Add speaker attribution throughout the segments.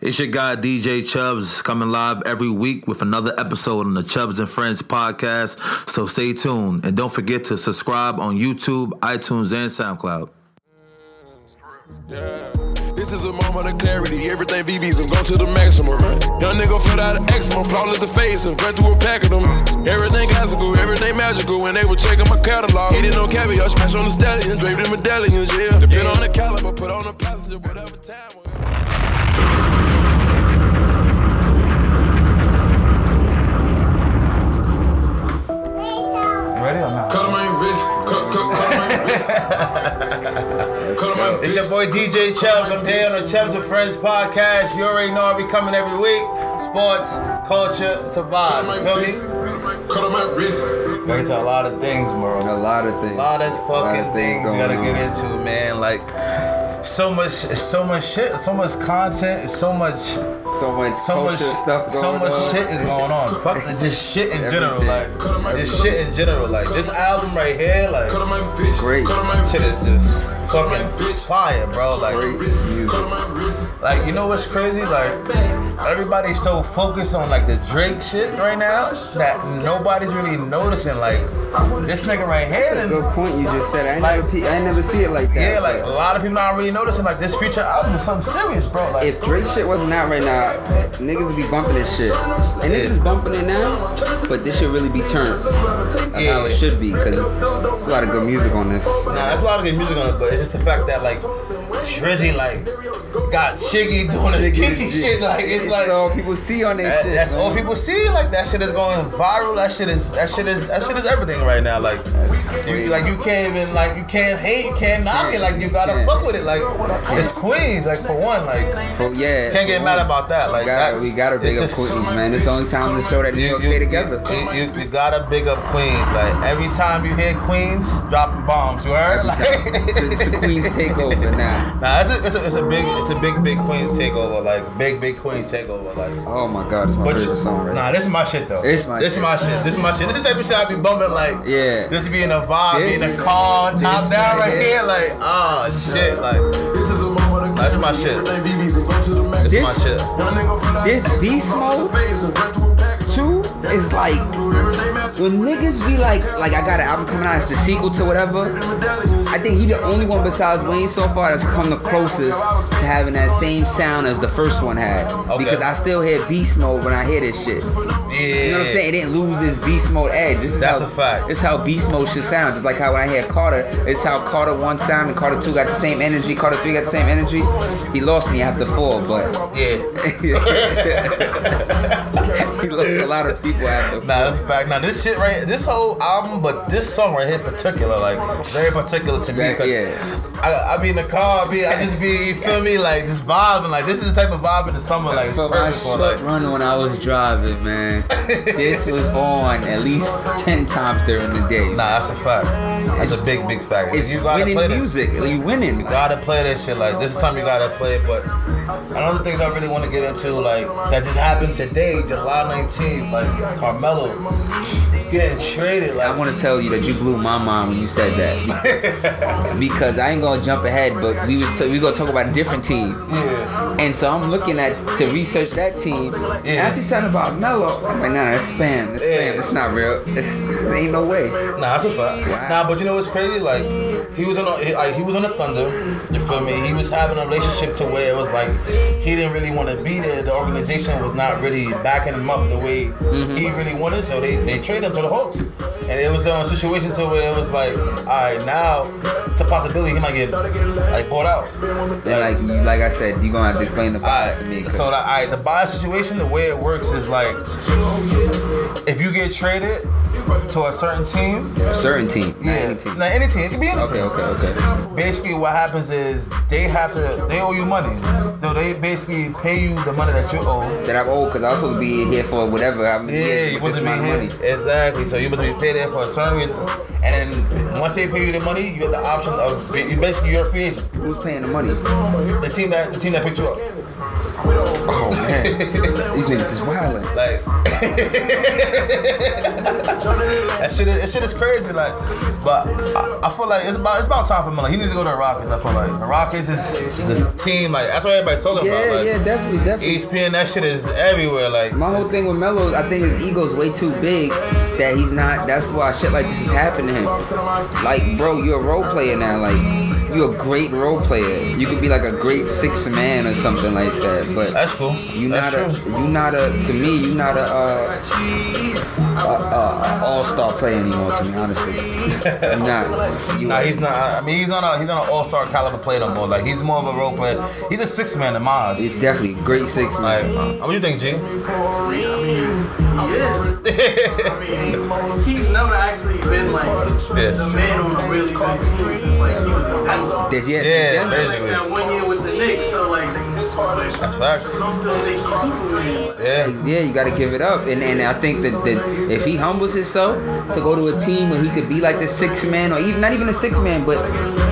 Speaker 1: It's your guy DJ Chubbs coming live every week with another episode on the Chubbs and Friends podcast. So stay tuned and don't forget to subscribe on YouTube, iTunes, and SoundCloud.
Speaker 2: Yeah. This is a moment of clarity. Everything VVs and go to the maximum. Young nigga filled out an eczema, flawless the face, and ran through a pack of them. Everything classical, everything magical. When they were checking my catalog, eating on caviar, smash on the stallions, draped in medallions. Yeah, depend on the caliber, put on the passenger, whatever time.
Speaker 3: Ready or not?
Speaker 2: Cut my wrist, cut, cut, cut my wrist. cut my
Speaker 1: It's your boy DJ Chubbs. I'm here on the Chubbs and Friends podcast. You already know I'll be coming every week. Sports, culture, survive. Feel me?
Speaker 2: Cut my wrist.
Speaker 1: We get to a lot of things, bro.
Speaker 3: A lot of things.
Speaker 1: A lot of fucking things, you gotta
Speaker 3: going
Speaker 1: get
Speaker 3: on.
Speaker 1: into, man. Like so much, it's so much shit, so much content, it's so much,
Speaker 3: So much
Speaker 1: so
Speaker 3: culture
Speaker 1: much,
Speaker 3: stuff going
Speaker 1: so much
Speaker 3: on.
Speaker 1: shit is going on. Fuck, just shit in general,
Speaker 3: Everything.
Speaker 1: like just shit in general, like this album right here, like
Speaker 2: my bitch.
Speaker 3: Great. cut my
Speaker 1: shit is just fucking fire, bro. Like,
Speaker 3: Great music.
Speaker 1: like you know what's crazy? Like everybody's so focused on like the Drake shit right now that nobody's really noticing. Like this nigga right here.
Speaker 3: That's
Speaker 1: done-
Speaker 3: a good point you just said. I ain't
Speaker 1: Like-
Speaker 3: never, pe- I ain't never see it like that.
Speaker 1: Yeah, like a lot of people not really noticing like this future album is something serious, bro. Like
Speaker 3: if Drake shit wasn't out right now, niggas would be bumping this shit. And niggas is bumping it now, but this should really be turned. That's how
Speaker 1: Yeah.
Speaker 3: it should be, because there's a lot of good music on this.
Speaker 1: nah, that's a lot of good music on it, but it's just the fact that like Drizzy like got Shiggy doing the Kiki shit. Like it's like
Speaker 3: all people see on their
Speaker 1: that-
Speaker 3: shit.
Speaker 1: that's all
Speaker 3: man.
Speaker 1: people see. Like that shit is going viral. That shit is that shit is that shit is everything right now. Like you,
Speaker 3: crazy.
Speaker 1: like you can't even like you can't hate, you can't knock it. Like you gotta
Speaker 3: Yeah.
Speaker 1: fuck with it. Like it's Queens. Like for one, like
Speaker 3: But yeah,
Speaker 1: can't get
Speaker 3: for
Speaker 1: mad
Speaker 3: once,
Speaker 1: about that. Like
Speaker 3: we gotta,
Speaker 1: that-
Speaker 3: we gotta big
Speaker 1: it's
Speaker 3: up
Speaker 1: just-
Speaker 3: Queens, man. It's the only time to show that New York stay together.
Speaker 1: You, you, you gotta big up Queens. Like every time you hear Queens dropping bombs, you heard?
Speaker 3: Every
Speaker 1: Like,
Speaker 3: time. it's, a, it's a Queens takeover now.
Speaker 1: Nah, it's a, it's a it's a big it's a big big Queens takeover. Like big big Queens takeover. Like.
Speaker 3: Oh my God, it's my
Speaker 1: But you,
Speaker 3: favorite song right
Speaker 1: nah, this is my shit though.
Speaker 3: It's my
Speaker 1: this is
Speaker 3: shit.
Speaker 1: my shit. This is my shit. This is the type of shit I be bumping like.
Speaker 3: Yeah.
Speaker 1: This be in a vibe, be in
Speaker 3: This-
Speaker 1: a car, top
Speaker 3: this
Speaker 1: down
Speaker 3: right
Speaker 1: right
Speaker 3: here.
Speaker 1: here. Like ah shit, like
Speaker 2: This is a moment of
Speaker 1: that's my shit. This,
Speaker 3: This-
Speaker 1: my shit.
Speaker 3: This beast mode two is like when niggas be like, like I got an album coming out, it's the sequel to whatever. I think he the only one besides Wayne so far that's come the closest to having that same sound as the first one had. Because I still hear beast mode when I hear this shit.
Speaker 1: Yeah.
Speaker 3: You know what I'm saying? It didn't lose its beast mode edge. This is
Speaker 1: That's
Speaker 3: how,
Speaker 1: a fact.
Speaker 3: It's how beast mode should sound. Just like how when I hear Carter, it's how Carter one sound and Carter two got the same energy. Carter three got the same energy. He lost me after four, but
Speaker 1: Yeah.
Speaker 3: he lost a lot of people after.
Speaker 1: Nah, that's a fact. Now this shit right, this whole album, but this song right here in particular, like very particular to me.
Speaker 3: That-
Speaker 1: 'cause
Speaker 3: yeah.
Speaker 1: I, I be in the car, I be, I just be, you feel me, like just vibing. Like this is the type of vibe in the summer, like it's
Speaker 3: But my
Speaker 1: perfect for
Speaker 3: short
Speaker 1: like.
Speaker 3: run when I was driving, man. this was on at least ten times during the day.
Speaker 1: Nah, that's a fact. That's a big, big fact.
Speaker 3: it's
Speaker 1: you gotta play
Speaker 3: winning
Speaker 1: this.
Speaker 3: music. You winning.
Speaker 1: You gotta play that shit. Like this is something you gotta play. But another things I really want to get into, like that just happened today, July 19th, like Carmelo getting traded. Like
Speaker 3: I want to tell you that you blew my mind when you said that because I ain't gonna jump ahead, but we was t- we gonna talk about a different team.
Speaker 1: yeah,
Speaker 3: And so I'm looking at to research that team. And
Speaker 1: Yeah.
Speaker 3: As you said about Melo, I'm like, nah, that's spam. That's spam.
Speaker 1: Yeah.
Speaker 3: It's not real. It's, it ain't no way.
Speaker 1: Nah, that's a fact.
Speaker 3: Wow.
Speaker 1: Nah, but you know what's crazy? Like he was on, a, he- like, he was on the Thunder. You feel me? He was having a relationship to where it was like he didn't really want to be there. The organization was not really backing him up the way
Speaker 3: Mm-hmm.
Speaker 1: he really wanted, so they they traded him to the Hawks. And it was a situation to where it was like, all right, now it's a possibility he might get like bought out.
Speaker 3: And like you, like I said, you gonna have to explain the
Speaker 1: All right,
Speaker 3: vibe to me. 'cause-
Speaker 1: So the, all right, the buy situation, the way it works is like if you get traded to a certain team,
Speaker 3: a certain team, not
Speaker 1: yeah,
Speaker 3: any team.
Speaker 1: now any team, it could be any
Speaker 3: Okay,
Speaker 1: team.
Speaker 3: okay, okay.
Speaker 1: Basically, what happens is they have to they owe you money, so they basically pay you the money that you owe.
Speaker 3: That I'm old because I was supposed to be here for whatever. I'm
Speaker 1: Yeah,
Speaker 3: here
Speaker 1: you supposed
Speaker 3: with this
Speaker 1: to be
Speaker 3: amount of
Speaker 1: here.
Speaker 3: money.
Speaker 1: Exactly. So you supposed to be paid there for a certain reason, and then once they pay you the money, you have the option of you basically you're a free agent.
Speaker 3: Who's paying the money?
Speaker 1: The team that the team that picked you up.
Speaker 3: Oh man, these niggas is wildin'.
Speaker 1: Like that shit, is, that shit is crazy. Like, but I, I feel like it's about it's about time for Miller. He needs to go to the Rockets. I feel like the Rockets is the team. Like that's what everybody talking
Speaker 3: Yeah,
Speaker 1: about. Like, E
Speaker 3: yeah, definitely, definitely.
Speaker 1: ESPN, that shit is everywhere. Like,
Speaker 3: My whole thing with Melo, is I think his ego's way too big that he's not. That's why shit like this is happening to him. Like, bro, you're a role player now. Like, you're a great role player. You could be like a great six man or something like that. But
Speaker 1: that's cool.
Speaker 3: you not
Speaker 1: that's
Speaker 3: a,
Speaker 1: true.
Speaker 3: you not a. To me, you not a, uh, a, a, all star player anymore. To me, honestly, You're not. You
Speaker 1: Nah, he's not. I mean, he's not. A, he's not an all-star caliber player no more. Like, he's more of a role player. He's a six man in mine.
Speaker 3: he's definitely great six
Speaker 1: Like,
Speaker 3: man.
Speaker 1: uh, what do you think, G?
Speaker 4: Yes. He's never actually been like the man on a really good team since like he was in Denver.
Speaker 3: There's yes,
Speaker 1: Yeah,
Speaker 3: Denver.
Speaker 1: man.
Speaker 4: Like that one year with the Knicks, so like
Speaker 1: That's facts.
Speaker 4: he still think he's Superman.
Speaker 1: Yeah.
Speaker 3: Yeah, you gotta give it up, and and I think that, that if he humbles himself to go to a team where he could be like the six man, or even not even a six man, but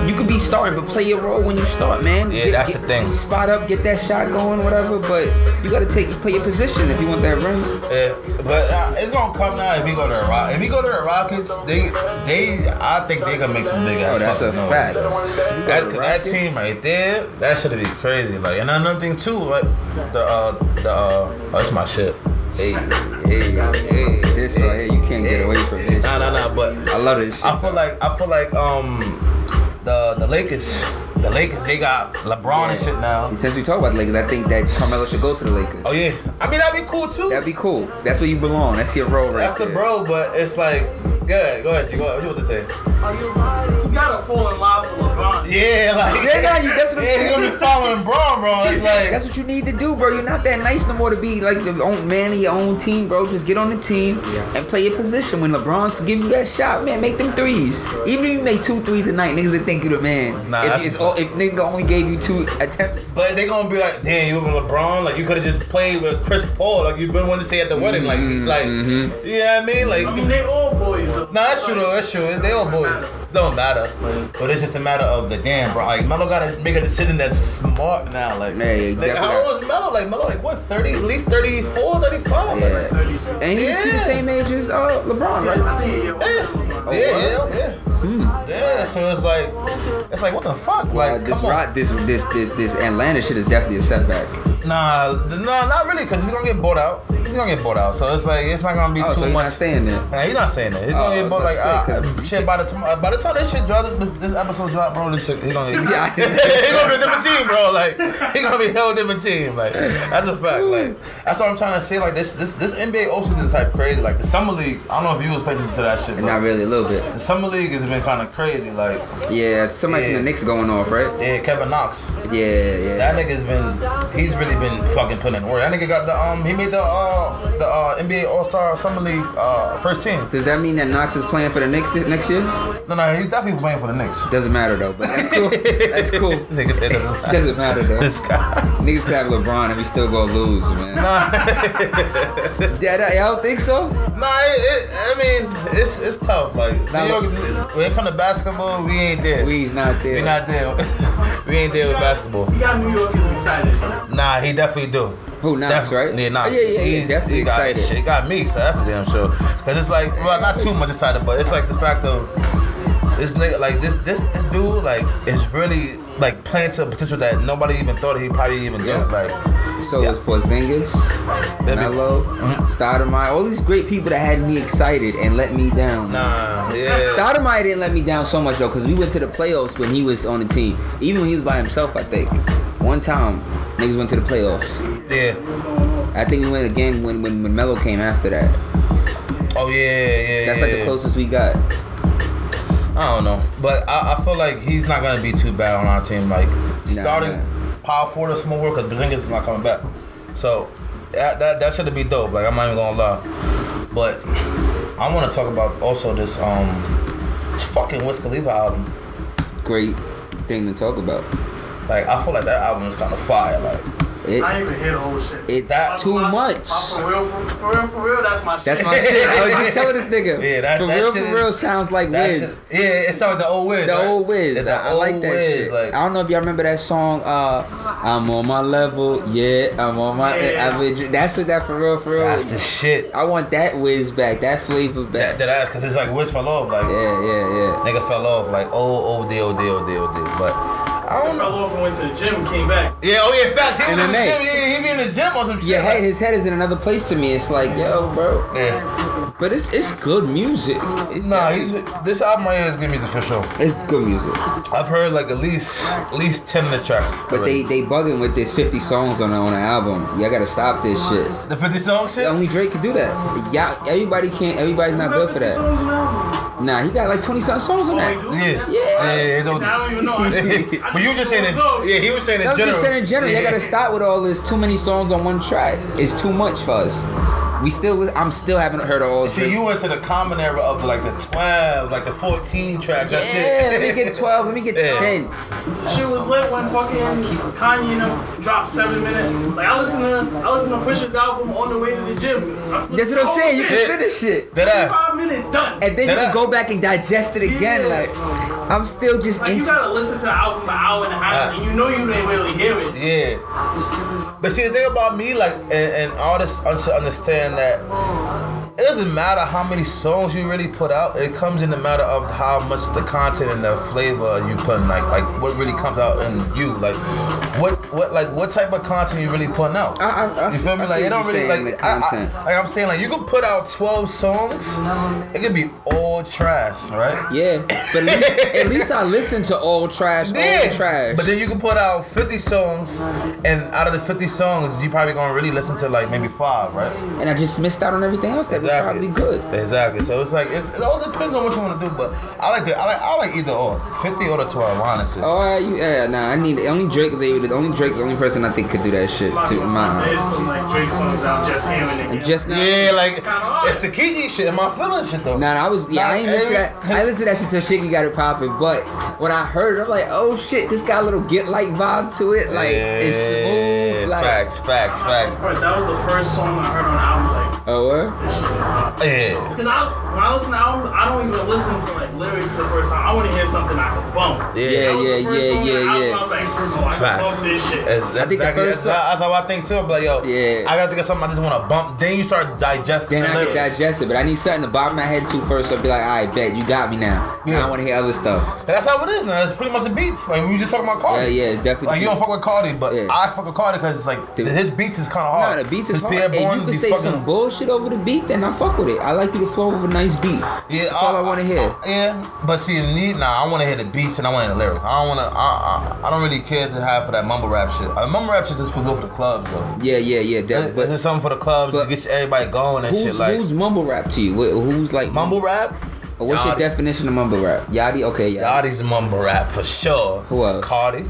Speaker 3: you could be starting, but play your role when you start, man.
Speaker 1: Yeah, that's the thing.
Speaker 3: Spot up, get that shot going, whatever. But you gotta take play your position if you want that ring.
Speaker 1: Yeah, but uh, it's gonna come now if we go to the Rock. If we go to the Rockets, they they I think they can make some big ass.
Speaker 3: Oh, that's a
Speaker 1: fucking noise.
Speaker 3: fact.
Speaker 1: That, that team right there, that should be crazy. Like, and another thing too, like the uh, the uh, oh, that's my shit.
Speaker 3: Hey, hey, hey, this right here, you can't get away from this.
Speaker 1: Nah, nah, nah. But
Speaker 3: I love this shit.
Speaker 1: I feel like I feel like um the the Lakers, the Lakers, they got LeBron and shit now.
Speaker 3: Since we talk about the Lakers, I think that Carmelo should go to the Lakers.
Speaker 1: Oh yeah, I mean that'd be cool too.
Speaker 3: That'd be cool. That's where you belong. That's your role right
Speaker 1: That's the
Speaker 3: there.
Speaker 1: bro, but it's like, yeah, go ahead, you go. What you want to say?
Speaker 4: You gotta fall in love with LeBron.
Speaker 1: Yeah, like
Speaker 3: Yeah, nah, you- that's what I'm
Speaker 1: yeah, he's gonna
Speaker 3: saying.
Speaker 1: be following Braun, bro. It's like
Speaker 3: That's what you need to do, bro. You're not that nice no more to be like the own man of your own team, bro. Just get on the team and play your position. When LeBron's give you that shot, man, make them threes. Even if you make two threes a night, niggas would think you the man.
Speaker 1: Nah,
Speaker 3: if,
Speaker 1: that's-
Speaker 3: it's all, if nigga only gave you two attempts,
Speaker 1: But they gonna be like, damn, you with LeBron. Like you could have just played with Chris Paul. Like you've been wanting to say at the wedding. Like, like,
Speaker 3: Mm-hmm.
Speaker 1: you know what I mean? Like,
Speaker 4: I mean, they all boys though.
Speaker 1: nah, that's true. though, That's true. They all boys. Don't matter. But it's just a matter of the damn, bro. Like Melo gotta make a decision that's smart now. Like,
Speaker 3: Yeah, yeah,
Speaker 1: like
Speaker 3: definitely.
Speaker 1: how old is Melo? Like Melo, like what? Thirty? At least 34, 35? Like,
Speaker 3: yeah. and he's he's the
Speaker 1: Yeah.
Speaker 3: same age as uh, LeBron, right?
Speaker 4: I think you're
Speaker 1: yeah, yeah,
Speaker 3: wow.
Speaker 1: yeah. yeah. Yeah, so it's like, it's like, what the fuck?
Speaker 3: Uh,
Speaker 1: Like,
Speaker 3: Oh, this
Speaker 1: come on.
Speaker 3: rot, this this this this Atlanta shit is definitely a setback.
Speaker 1: Nah, th- nah, not really, because he's gonna get bought out. He's gonna get bought out, so it's like it's not gonna be
Speaker 3: Oh,
Speaker 1: too
Speaker 3: so you're
Speaker 1: much.
Speaker 3: not staying there.
Speaker 1: Nah, he's not saying that. He's
Speaker 3: Oh,
Speaker 1: gonna
Speaker 3: I
Speaker 1: get
Speaker 3: was
Speaker 1: bought like
Speaker 3: about to say,
Speaker 1: uh,
Speaker 3: 'cause-
Speaker 1: shit by the time by the time this shit drops, this, this episode drop, bro, this shit he gonna get,
Speaker 3: Yeah.
Speaker 1: he gonna be a different team, bro. Like he gonna be a whole different team. Like that's a fact. Like that's what I'm trying to say. Like this this this NBA offseason type crazy. Like the summer league. I don't know if you was paying attention to that shit.
Speaker 3: Not
Speaker 1: But
Speaker 3: really, a little bit.
Speaker 1: the summer league has been kind of crazy. Like
Speaker 3: Yeah, somebody
Speaker 1: Yeah.
Speaker 3: from the Knicks going off, right?
Speaker 1: yeah, Kevin Knox.
Speaker 3: Yeah, yeah.
Speaker 1: That nigga's been, he's really been fucking putting in work. That nigga got the um, he made the uh, the uh, NBA All Star Summer League uh first team.
Speaker 3: Does that mean that Knox is playing for the Knicks th- next year?
Speaker 1: No, no, he's definitely playing for the Knicks.
Speaker 3: Doesn't matter though, but that's cool. That's cool.
Speaker 1: Niggas hate him.
Speaker 3: Doesn't matter though.
Speaker 1: This guy.
Speaker 3: Niggas could have LeBron and we still gonna lose, man.
Speaker 1: Nah,
Speaker 3: Yeah, that- y'all think so?
Speaker 1: nah. It, it, I mean, it's it's tough. Like
Speaker 3: Nah,
Speaker 1: New York, when it comes to basketball, we ain't there. We
Speaker 3: We's not there.
Speaker 1: are not there. we ain't there with basketball.
Speaker 4: You got New Yorkers excited. though.
Speaker 1: Nah, he definitely do.
Speaker 3: Who, Knox,
Speaker 1: Definitely.
Speaker 3: right?
Speaker 1: Yeah, Knox.
Speaker 3: Oh, yeah, yeah, yeah, definitely
Speaker 1: he got,
Speaker 3: excited.
Speaker 1: Shit, he got me excited. That's damn sure. Cause it's like, well, not too much excited, but it's like the fact of this nigga, like this, this, this dude, like, is really like playing to a potential that nobody even thought he probably even did. Like,
Speaker 3: So
Speaker 1: Yeah.
Speaker 3: it's Porzingis,
Speaker 1: That'd be- Mm-hmm.
Speaker 3: Melo, Stoudemire, all these great people that had me excited and let me down.
Speaker 1: nah, yeah.
Speaker 3: Stoudemire didn't let me down so much though, because we went to the playoffs when he was on the team. Even when he was by himself, I think. One time, niggas went to the playoffs.
Speaker 1: Yeah.
Speaker 3: I think we went again when when, when Melo came after that.
Speaker 1: Oh yeah, yeah.
Speaker 3: That's
Speaker 1: yeah,
Speaker 3: like the
Speaker 1: yeah.
Speaker 3: closest we got.
Speaker 1: I don't know, but I, I feel like he's not gonna be too bad on our team. Like starting
Speaker 3: nah.
Speaker 1: power forward or small forward, because Brzingis is not coming back. So that that, that should be dope. Like I'm not even gonna lie. But I want to talk about also this um fucking Wiz Khalifa album.
Speaker 3: Great thing to talk about.
Speaker 1: Like I feel like that album is kind of fire. Like
Speaker 4: I
Speaker 3: It,
Speaker 4: even hear the whole shit.
Speaker 3: it's
Speaker 1: That-
Speaker 3: too much.
Speaker 4: For real, for, for real, for real, that's my
Speaker 3: That's
Speaker 4: shit.
Speaker 3: my shit. I was just telling this nigga.
Speaker 1: Yeah, that-
Speaker 3: for
Speaker 1: that
Speaker 3: real,
Speaker 1: shit
Speaker 3: for
Speaker 1: is-
Speaker 3: real sounds like
Speaker 1: That's
Speaker 3: Wiz.
Speaker 1: just, yeah, it sounds like the old Wiz.
Speaker 3: the
Speaker 1: right?
Speaker 3: old Wiz.
Speaker 1: It's the
Speaker 3: I, I
Speaker 1: old
Speaker 3: like that
Speaker 1: Wiz,
Speaker 3: shit.
Speaker 1: Like,
Speaker 3: I don't know if y'all remember that song. Uh, I'm on my level. Yeah, I'm on my.
Speaker 4: Yeah.
Speaker 3: I've been, dr- that's what that for real, for real.
Speaker 1: that's the shit.
Speaker 3: I want that whiz back, that flavor back.
Speaker 1: That, that ass, cause it's like Wiz fell off. Like
Speaker 3: yeah, yeah, yeah.
Speaker 1: nigga fell off. Like oh, oh, deal, deal, deal, deal. But I
Speaker 4: I
Speaker 1: don't know.
Speaker 4: fell off and went to the gym and came back.
Speaker 1: Yeah, oh yeah, facts. He was in the
Speaker 3: MMA.
Speaker 1: gym. Yeah, he be in the gym or some shit.
Speaker 3: Your head,
Speaker 1: like-
Speaker 3: his head is in another place to me. It's like, yo, bro.
Speaker 1: yeah.
Speaker 3: But it's it's good music. It's
Speaker 1: Nah, he's this album right here is good music for sure.
Speaker 3: it's good music.
Speaker 1: I've heard like at least at least ten of the tracks.
Speaker 3: But
Speaker 1: already.
Speaker 3: they they bugging with this 50 songs on a, on an album. Y'all gotta stop this shit.
Speaker 1: the fifty song shit.
Speaker 3: Only Drake could do that. Y'all, everybody can't. Everybody's not good for that. Nah, he got like 20 some songs on that.
Speaker 1: Yeah, yeah,
Speaker 3: Yeah.
Speaker 1: it's old.
Speaker 4: I don't even know. I- I
Speaker 1: but you
Speaker 4: just
Speaker 1: just saying it.
Speaker 4: know.
Speaker 1: Yeah, he was saying it
Speaker 3: I'm
Speaker 1: general.
Speaker 3: just saying in general,
Speaker 1: yeah.
Speaker 3: y'all gotta stop with all this. Too many songs on one track. It's too much for us. We still, I'm still haven't heard of all.
Speaker 1: See,
Speaker 3: Drake.
Speaker 1: you went to the common era of like the twelve, like the fourteen tracks. That's
Speaker 3: Yeah,
Speaker 1: it.
Speaker 3: let me get 12. Let me get
Speaker 1: Yeah.
Speaker 3: 10.
Speaker 4: Shit was lit when fucking Kanye you know, dropped seven minute. Like I listen to I listen to Pusha's album on the way to the gym. I-
Speaker 3: That's what I'm
Speaker 4: oh,
Speaker 3: saying. You
Speaker 4: shit.
Speaker 1: Yeah.
Speaker 3: can finish it.
Speaker 1: That ass.
Speaker 4: Five minutes done.
Speaker 3: And then you
Speaker 1: Then
Speaker 3: can
Speaker 1: I-
Speaker 3: go back and digest it again.
Speaker 4: Yeah.
Speaker 3: Like, I'm still just
Speaker 4: Like you
Speaker 3: into
Speaker 4: gotta listen to the album an hour and a half,
Speaker 1: Uh.
Speaker 4: and you know you didn't really hear it.
Speaker 1: Yeah. But see, the thing about me, like, and, and artists should understand that it doesn't matter how many songs you really put out. It comes in the matter of how much the content and the flavor you put in, like, like what really comes out in you, like, what, what, like, what type of content you really putting out.
Speaker 3: I- I- I-
Speaker 1: you feel
Speaker 3: I
Speaker 1: me? like,
Speaker 3: see what
Speaker 1: it don't
Speaker 3: you're
Speaker 1: really
Speaker 3: saying,
Speaker 1: like,
Speaker 3: the
Speaker 1: I- I-
Speaker 3: content.
Speaker 1: like I'm saying, like, you can put out twelve songs. It could be all trash, right?
Speaker 3: Yeah, but at least, at least I listen to all trash, all trash.
Speaker 1: But then you can put out 50 songs, and out of the 50 songs, you probably gonna really listen to like maybe five, right?
Speaker 3: and I just missed out on everything else that was probably good.
Speaker 1: Exactly. So it's like it's, it all depends on what you want to do. But I like the I like I like either or 50 or the 12, honestly.
Speaker 3: Oh, yeah, you, yeah, nah, I need only Drake was able to. Only Drake, the only person I think could do that shit to my.
Speaker 4: There's some like Drake songs out just hearing it.
Speaker 3: And just now,
Speaker 1: Yeah, like it's the Kiki shit and my feelings shit though.
Speaker 3: Nah, nah, I was yeah, I ain't listen to that. I listened to that shit till Shiggy got it popping. But when I heard it, I'm like, oh shit, this got a little get like vibe to it. Like it's smooth. Like
Speaker 1: facts, facts, facts.
Speaker 4: Bro, that was the first song I heard on the album. Like
Speaker 3: oh what?
Speaker 4: this shit is uh, hot.
Speaker 1: Yeah,
Speaker 4: Cause I when I listen to albums, I don't even listen for like lyrics the first time. I want to hear something I can bump.
Speaker 1: Yeah,
Speaker 4: That was the
Speaker 3: yeah,
Speaker 4: first
Speaker 3: yeah,
Speaker 4: song on the
Speaker 3: yeah,
Speaker 4: album,
Speaker 3: yeah.
Speaker 4: I was like, oh, I can
Speaker 1: facts.
Speaker 4: bump this shit.
Speaker 1: That's, that's
Speaker 3: I think the
Speaker 1: exactly,
Speaker 3: first
Speaker 1: that's, how- that's how I think too. I'm like, yo,
Speaker 3: Yeah.
Speaker 1: I gotta think of something I just wanna bump. Then you start digesting.
Speaker 3: Then
Speaker 1: the
Speaker 3: I can
Speaker 1: lyrics.
Speaker 3: digest it, but I need something to bob my head to first. So I'll be like, all right, bet you got me now. Yeah.
Speaker 1: Yeah.
Speaker 3: I want to hear other stuff.
Speaker 1: And that's how it is now. It's pretty much the beats. Like we were just talking about
Speaker 3: Yeah,
Speaker 1: Cardi.
Speaker 3: yeah, it's definitely.
Speaker 1: Like you don't
Speaker 3: beats.
Speaker 1: fuck with Cardi, but
Speaker 3: Yeah.
Speaker 1: I fuck with Cardi because it's like
Speaker 3: Dude.
Speaker 1: his beats is kind of
Speaker 3: Nah,
Speaker 1: hard.
Speaker 3: the beat is
Speaker 1: His
Speaker 3: hard.
Speaker 1: Pierre
Speaker 3: And
Speaker 1: Bourne
Speaker 3: you
Speaker 1: be
Speaker 3: can say
Speaker 1: fucking-
Speaker 3: some bullshit over the beat, then I fuck with it. I like you to flow over a nice beat.
Speaker 1: Yeah,
Speaker 3: That's all I, want to hear.
Speaker 1: Yeah, but see, you need nah. I want to hear the beats and I want to hear the lyrics. I don't want to. I, I I don't really care to have for that mumble rap shit. Uh, mumble rap shit is for good for the clubs though.
Speaker 3: Yeah, yeah, yeah.
Speaker 1: This
Speaker 3: That,
Speaker 1: this
Speaker 3: but
Speaker 1: is something for the clubs to
Speaker 3: but
Speaker 1: get everybody going and
Speaker 3: who's,
Speaker 1: shit. Like
Speaker 3: who's mumble rap to you? Wh- Who's like
Speaker 1: mumble rap.
Speaker 3: Or What's your
Speaker 1: Yachty.
Speaker 3: definition of mumble rap? Yachty? Okay, yeah.
Speaker 1: Yachty's mumble rap for sure.
Speaker 3: Who else?
Speaker 1: Cardi.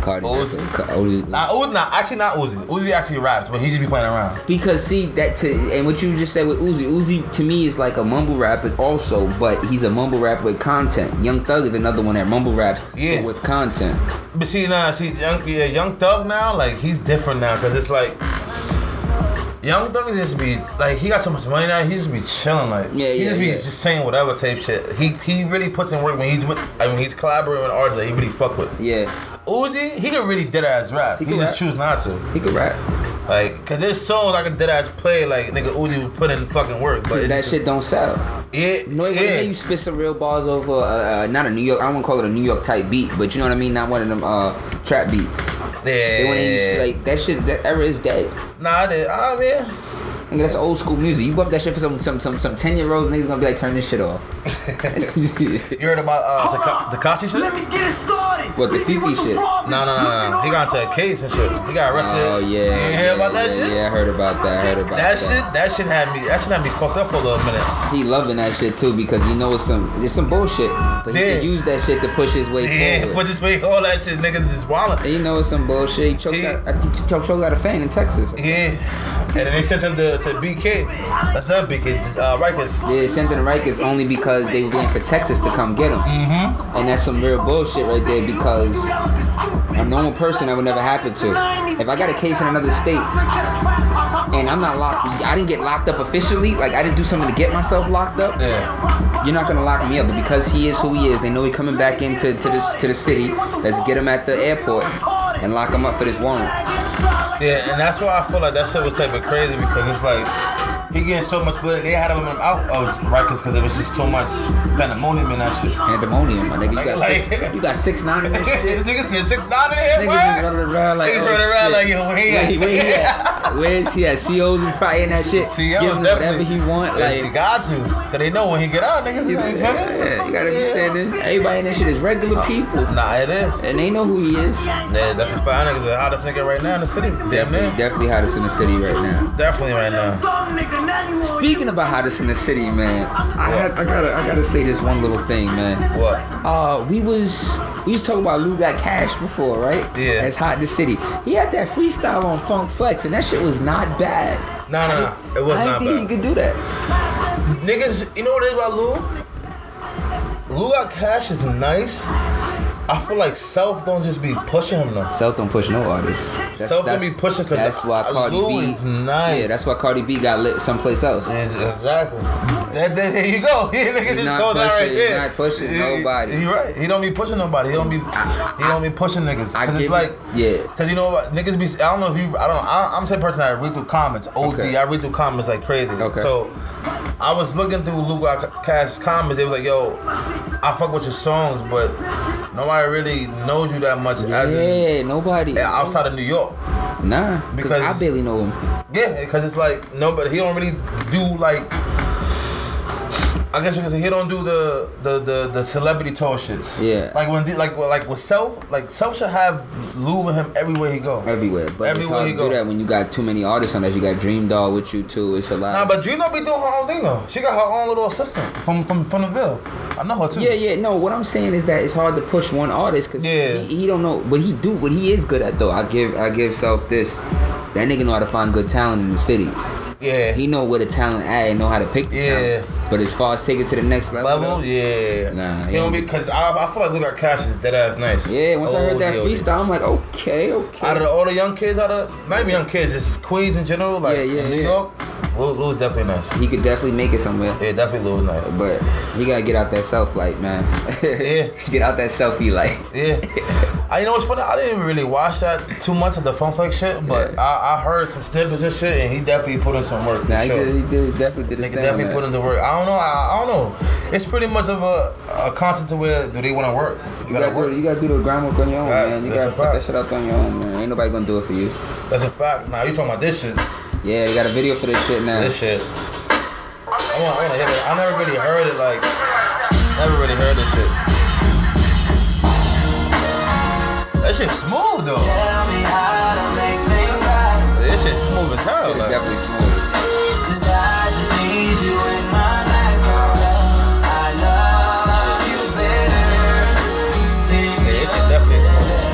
Speaker 3: Cardi.
Speaker 1: Uzi.
Speaker 3: okay, Ca- Uzi.
Speaker 1: Nah, Uzi. Nah, actually not Uzi. Uzi actually raps, but he just be playing around.
Speaker 3: Because see that to and what you just said with Uzi, Uzi to me is like a mumble rapper also, but he's a mumble rapper with content. Young Thug is another one that mumble raps but
Speaker 1: Yeah.
Speaker 3: with content.
Speaker 1: But see now, see young, yeah, young Thug now, like he's different now, cause it's like Young Thug just be like he got so much money now, he just be chilling, like
Speaker 3: Yeah,
Speaker 1: he
Speaker 3: yeah,
Speaker 1: just be
Speaker 3: yeah.
Speaker 1: just saying whatever type shit. He he really puts in work when he's with, I mean he's collaborating with artists that he really fuck with.
Speaker 3: Yeah,
Speaker 1: Uzi, he can really dead ass rap. He,
Speaker 3: can
Speaker 1: just
Speaker 3: rap.
Speaker 1: choose not to,
Speaker 3: he could rap.
Speaker 1: like, cause there's songs I can dead ass play, like nigga Uzi would put in fucking work, but
Speaker 3: But
Speaker 1: it's
Speaker 3: that
Speaker 1: just-
Speaker 3: shit don't sell.
Speaker 1: yeah,
Speaker 3: No, when you hear you
Speaker 1: yeah.
Speaker 3: spit some real bars over, uh, uh, not a New York, I don't want to call it a New York type beat, but you know what I mean? Not one of them uh, trap beats. They want to use,
Speaker 1: yeah.
Speaker 3: like, that shit, that era is dead.
Speaker 1: Nah, that, I mean,
Speaker 3: Nigga, that's old school music. You bump that shit for some some some some ten year olds, niggas gonna be like, turn this shit off.
Speaker 1: you heard about uh, Taka- Takashi shit?
Speaker 5: Let me get it started.
Speaker 3: What, the
Speaker 5: Leave me
Speaker 3: Fifi
Speaker 5: with
Speaker 3: shit?
Speaker 5: problems.
Speaker 1: No, no, no, no. He got into a case and shit. He got arrested.
Speaker 3: oh yeah,
Speaker 1: You didn't hear
Speaker 3: yeah,
Speaker 1: about that
Speaker 3: yeah,
Speaker 1: shit?
Speaker 3: Yeah, I heard about that. I heard about
Speaker 1: That
Speaker 3: that.
Speaker 1: shit, that shit had me. That shit had me fucked up for a little minute.
Speaker 3: He loving that shit too because he knows some it's some bullshit, but he
Speaker 1: Yeah.
Speaker 3: can use that shit to push his way
Speaker 1: Yeah,
Speaker 3: forward.
Speaker 1: put this way, all that shit, niggas just wildin'.
Speaker 3: And you know it's some bullshit. He choked
Speaker 1: Yeah.
Speaker 3: out, I think he choked out a fan in Texas.
Speaker 1: Yeah, And then they sent them to, to BK. That's not BK, uh, Rikers.
Speaker 3: Yeah, sent them to Rikers only because they were waiting for Texas to come get him. Mm-hmm. And that's some real bullshit right there because a normal person that would never happen to. If I got a case in another state and I'm not locked, I didn't get locked up officially. Like I didn't do something to get myself locked up.
Speaker 1: Yeah.
Speaker 3: You're not gonna lock me up, but because he is who he is, they know he coming back into to this to the city. Let's get him at the airport and lock him up for this warrant.
Speaker 1: Yeah, and that's why I feel like that shit was type of crazy because it's like he getting so much blood. They had to let him out of Rikers because it was just too much pandemonium and that shit.
Speaker 3: Pandemonium, my nigga. You got
Speaker 1: Like-
Speaker 3: six, you got six nine in this
Speaker 1: this
Speaker 3: shit.
Speaker 1: nigga said six nine in here,
Speaker 3: Niggas
Speaker 1: bro.
Speaker 3: is running around like,
Speaker 1: Niggas
Speaker 3: oh,
Speaker 1: running around
Speaker 3: shit.
Speaker 1: like, yo, where he
Speaker 3: Where
Speaker 1: at?
Speaker 3: he, where he at? Where's he at? CO's is probably in that shit.
Speaker 1: See,
Speaker 3: Give him whatever he want.
Speaker 1: they
Speaker 3: Like,
Speaker 1: got to, cause they know when he get out, niggas. You know, you feel me?
Speaker 3: yeah, you gotta understand this. Everybody in that shit is regular people.
Speaker 1: Nah, it is.
Speaker 3: And they know who he is.
Speaker 1: Yeah, that's a fine niggas. The hottest nigga right now in the city. Damn
Speaker 3: He
Speaker 1: near.
Speaker 3: definitely hottest in the city right now.
Speaker 1: Definitely right now.
Speaker 3: Speaking about hottest in the city, man, I had I gotta I gotta say this one little thing, man.
Speaker 1: What?
Speaker 3: Uh, we was we was talking about Lou got cash before, right?
Speaker 1: Yeah.
Speaker 3: As hot in the city. He had that freestyle on Funk Flex, and that shit was not bad.
Speaker 1: Nah, nah, nah. It was
Speaker 3: I didn't
Speaker 1: not
Speaker 3: think
Speaker 1: bad.
Speaker 3: he could do that.
Speaker 1: Niggas, you know what it is about Lou? Lou got cash is nice. I feel like self don't just be pushing him though.
Speaker 3: Self don't push no artist.
Speaker 1: Self don't be pushing 'cause
Speaker 3: That's why
Speaker 1: I-
Speaker 3: Cardi
Speaker 1: Lou
Speaker 3: B.
Speaker 1: is nice.
Speaker 3: Yeah, that's why Cardi B got lit someplace else.
Speaker 1: Yes, exactly. That, that, there you go. nigga just
Speaker 3: not
Speaker 1: called out
Speaker 3: pushing-
Speaker 1: right there.
Speaker 3: he's not pushing
Speaker 1: He-
Speaker 3: nobody.
Speaker 1: He, he right. He don't be pushing nobody. He don't be. He don't be pushing niggas.
Speaker 3: I
Speaker 1: Cause it's
Speaker 3: give
Speaker 1: like.
Speaker 3: it- yeah.
Speaker 1: Cause you know what niggas be. I don't know if you. I don't. I, I'm the type of person that read through comments. OD.
Speaker 3: Okay.
Speaker 1: I read through comments like crazy.
Speaker 3: Okay.
Speaker 1: So. I was looking through Luke Cash's comments. They was like, "Yo, I fuck with your songs, but nobody really knows you that much as in,
Speaker 3: Yeah, nobody.
Speaker 1: outside of New York."
Speaker 3: Nah, because
Speaker 1: Because-
Speaker 3: I barely know him.
Speaker 1: Yeah, because it's like no, but he don't really do like. I guess you can say he don't do the the the, the celebrity tour shits.
Speaker 3: Yeah.
Speaker 1: Like when the- like like with self, like self should have Lou with him everywhere he go.
Speaker 3: Everywhere, but it's
Speaker 1: Everywhere
Speaker 3: hard
Speaker 1: you
Speaker 3: to
Speaker 1: go.
Speaker 3: do that when you got too many artists on that. You got Dream Doll with you too. It's a lot.
Speaker 1: Nah, but Gino be doing her own thing though. She got her own little assistant from from from the Ville. I know her too.
Speaker 3: yeah, yeah, no. What I'm saying is that it's hard to push one artist because
Speaker 1: Yeah.
Speaker 3: he, he don't know what he do. What he is good at though, I give I give self this. That nigga know how to find good talent in the city.
Speaker 1: yeah.
Speaker 3: He know where the talent at and know how to pick the
Speaker 1: Yeah.
Speaker 3: talent. But as far as taking to the next level,
Speaker 1: level.
Speaker 3: though,
Speaker 1: Yeah. You
Speaker 3: Nah,
Speaker 1: know
Speaker 3: yeah.
Speaker 1: what I mean? Cause I, I feel like Luke got Cash is dead ass nice.
Speaker 3: yeah. Once I heard
Speaker 1: Oh,
Speaker 3: that
Speaker 1: yeah, yeah.
Speaker 3: freestyle, I'm like, okay, okay.
Speaker 1: Out of the, all the young kids, out of not even young kids, just Queens in general, like
Speaker 3: Yeah, yeah,
Speaker 1: in New
Speaker 3: yeah.
Speaker 1: York, Lou, Lou's definitely nice.
Speaker 3: he could definitely make it somewhere.
Speaker 1: Yeah, definitely Lou was nice.
Speaker 3: But he gotta get out that self light, man.
Speaker 1: Yeah.
Speaker 3: get out that selfie light.
Speaker 1: Yeah. I, you know what's funny? I didn't really watch that too much of the fun flex shit, but
Speaker 3: Yeah.
Speaker 1: I, I heard some snippets and shit, and he definitely put in some work. for
Speaker 3: Nah, he,
Speaker 1: sure.
Speaker 3: did, he did, definitely did
Speaker 1: Nigga
Speaker 3: his thing. on
Speaker 1: definitely
Speaker 3: that.
Speaker 1: put in the work. I don't know. I, I don't know. It's pretty much of a, a concept to where do they want to work?
Speaker 3: You gotta, do, you gotta do the groundwork on your own,
Speaker 1: Right,
Speaker 3: man. You
Speaker 1: that's a
Speaker 3: gotta put
Speaker 1: fact.
Speaker 3: that shit out on your own, man. Ain't nobody gonna do it for you.
Speaker 1: That's a fact. Now nah, you talking about this shit?
Speaker 3: Yeah, they got a video for this shit now.
Speaker 1: This shit. I want. I want to hear that. I never really heard it. Like, never really heard this shit. That shit smooth though. This shit smooth as hell.
Speaker 3: Shit
Speaker 1: Like.
Speaker 3: definitely smooth.
Speaker 1: Yeah, it should definitely smoke.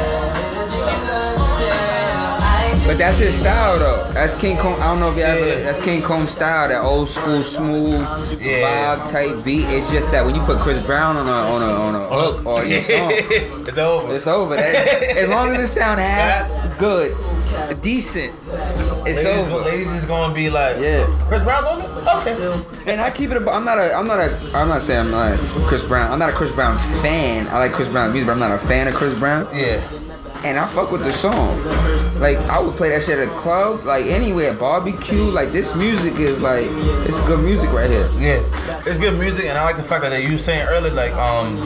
Speaker 3: But that's his style, though. That's King Kong. I don't know if you all ever. That's King Kong style. That old school smooth
Speaker 1: Yeah.
Speaker 3: vibe type beat. It's just that when you put Chris Brown on a on a on a hook or your song,
Speaker 1: it's over.
Speaker 3: It's over. That, as long as it sound half
Speaker 1: That-
Speaker 3: good, decent, it's
Speaker 1: ladies,
Speaker 3: over.
Speaker 1: ladies is gonna be like,
Speaker 3: Yeah.
Speaker 1: Chris Brown's on it? Okay.
Speaker 3: And I keep it. ab- I'm not a. I'm not a. I'm not saying I'm not Chris Brown. I'm not a Chris Brown fan. I like Chris Brown's music, but I'm not a fan of Chris Brown.
Speaker 1: Yeah.
Speaker 3: And I fuck with the song. Like I would play that shit at a club, like anywhere, barbecue. Like this music is like it's good music right here.
Speaker 1: Yeah. It's good music and I like the fact that you were saying earlier, like, um,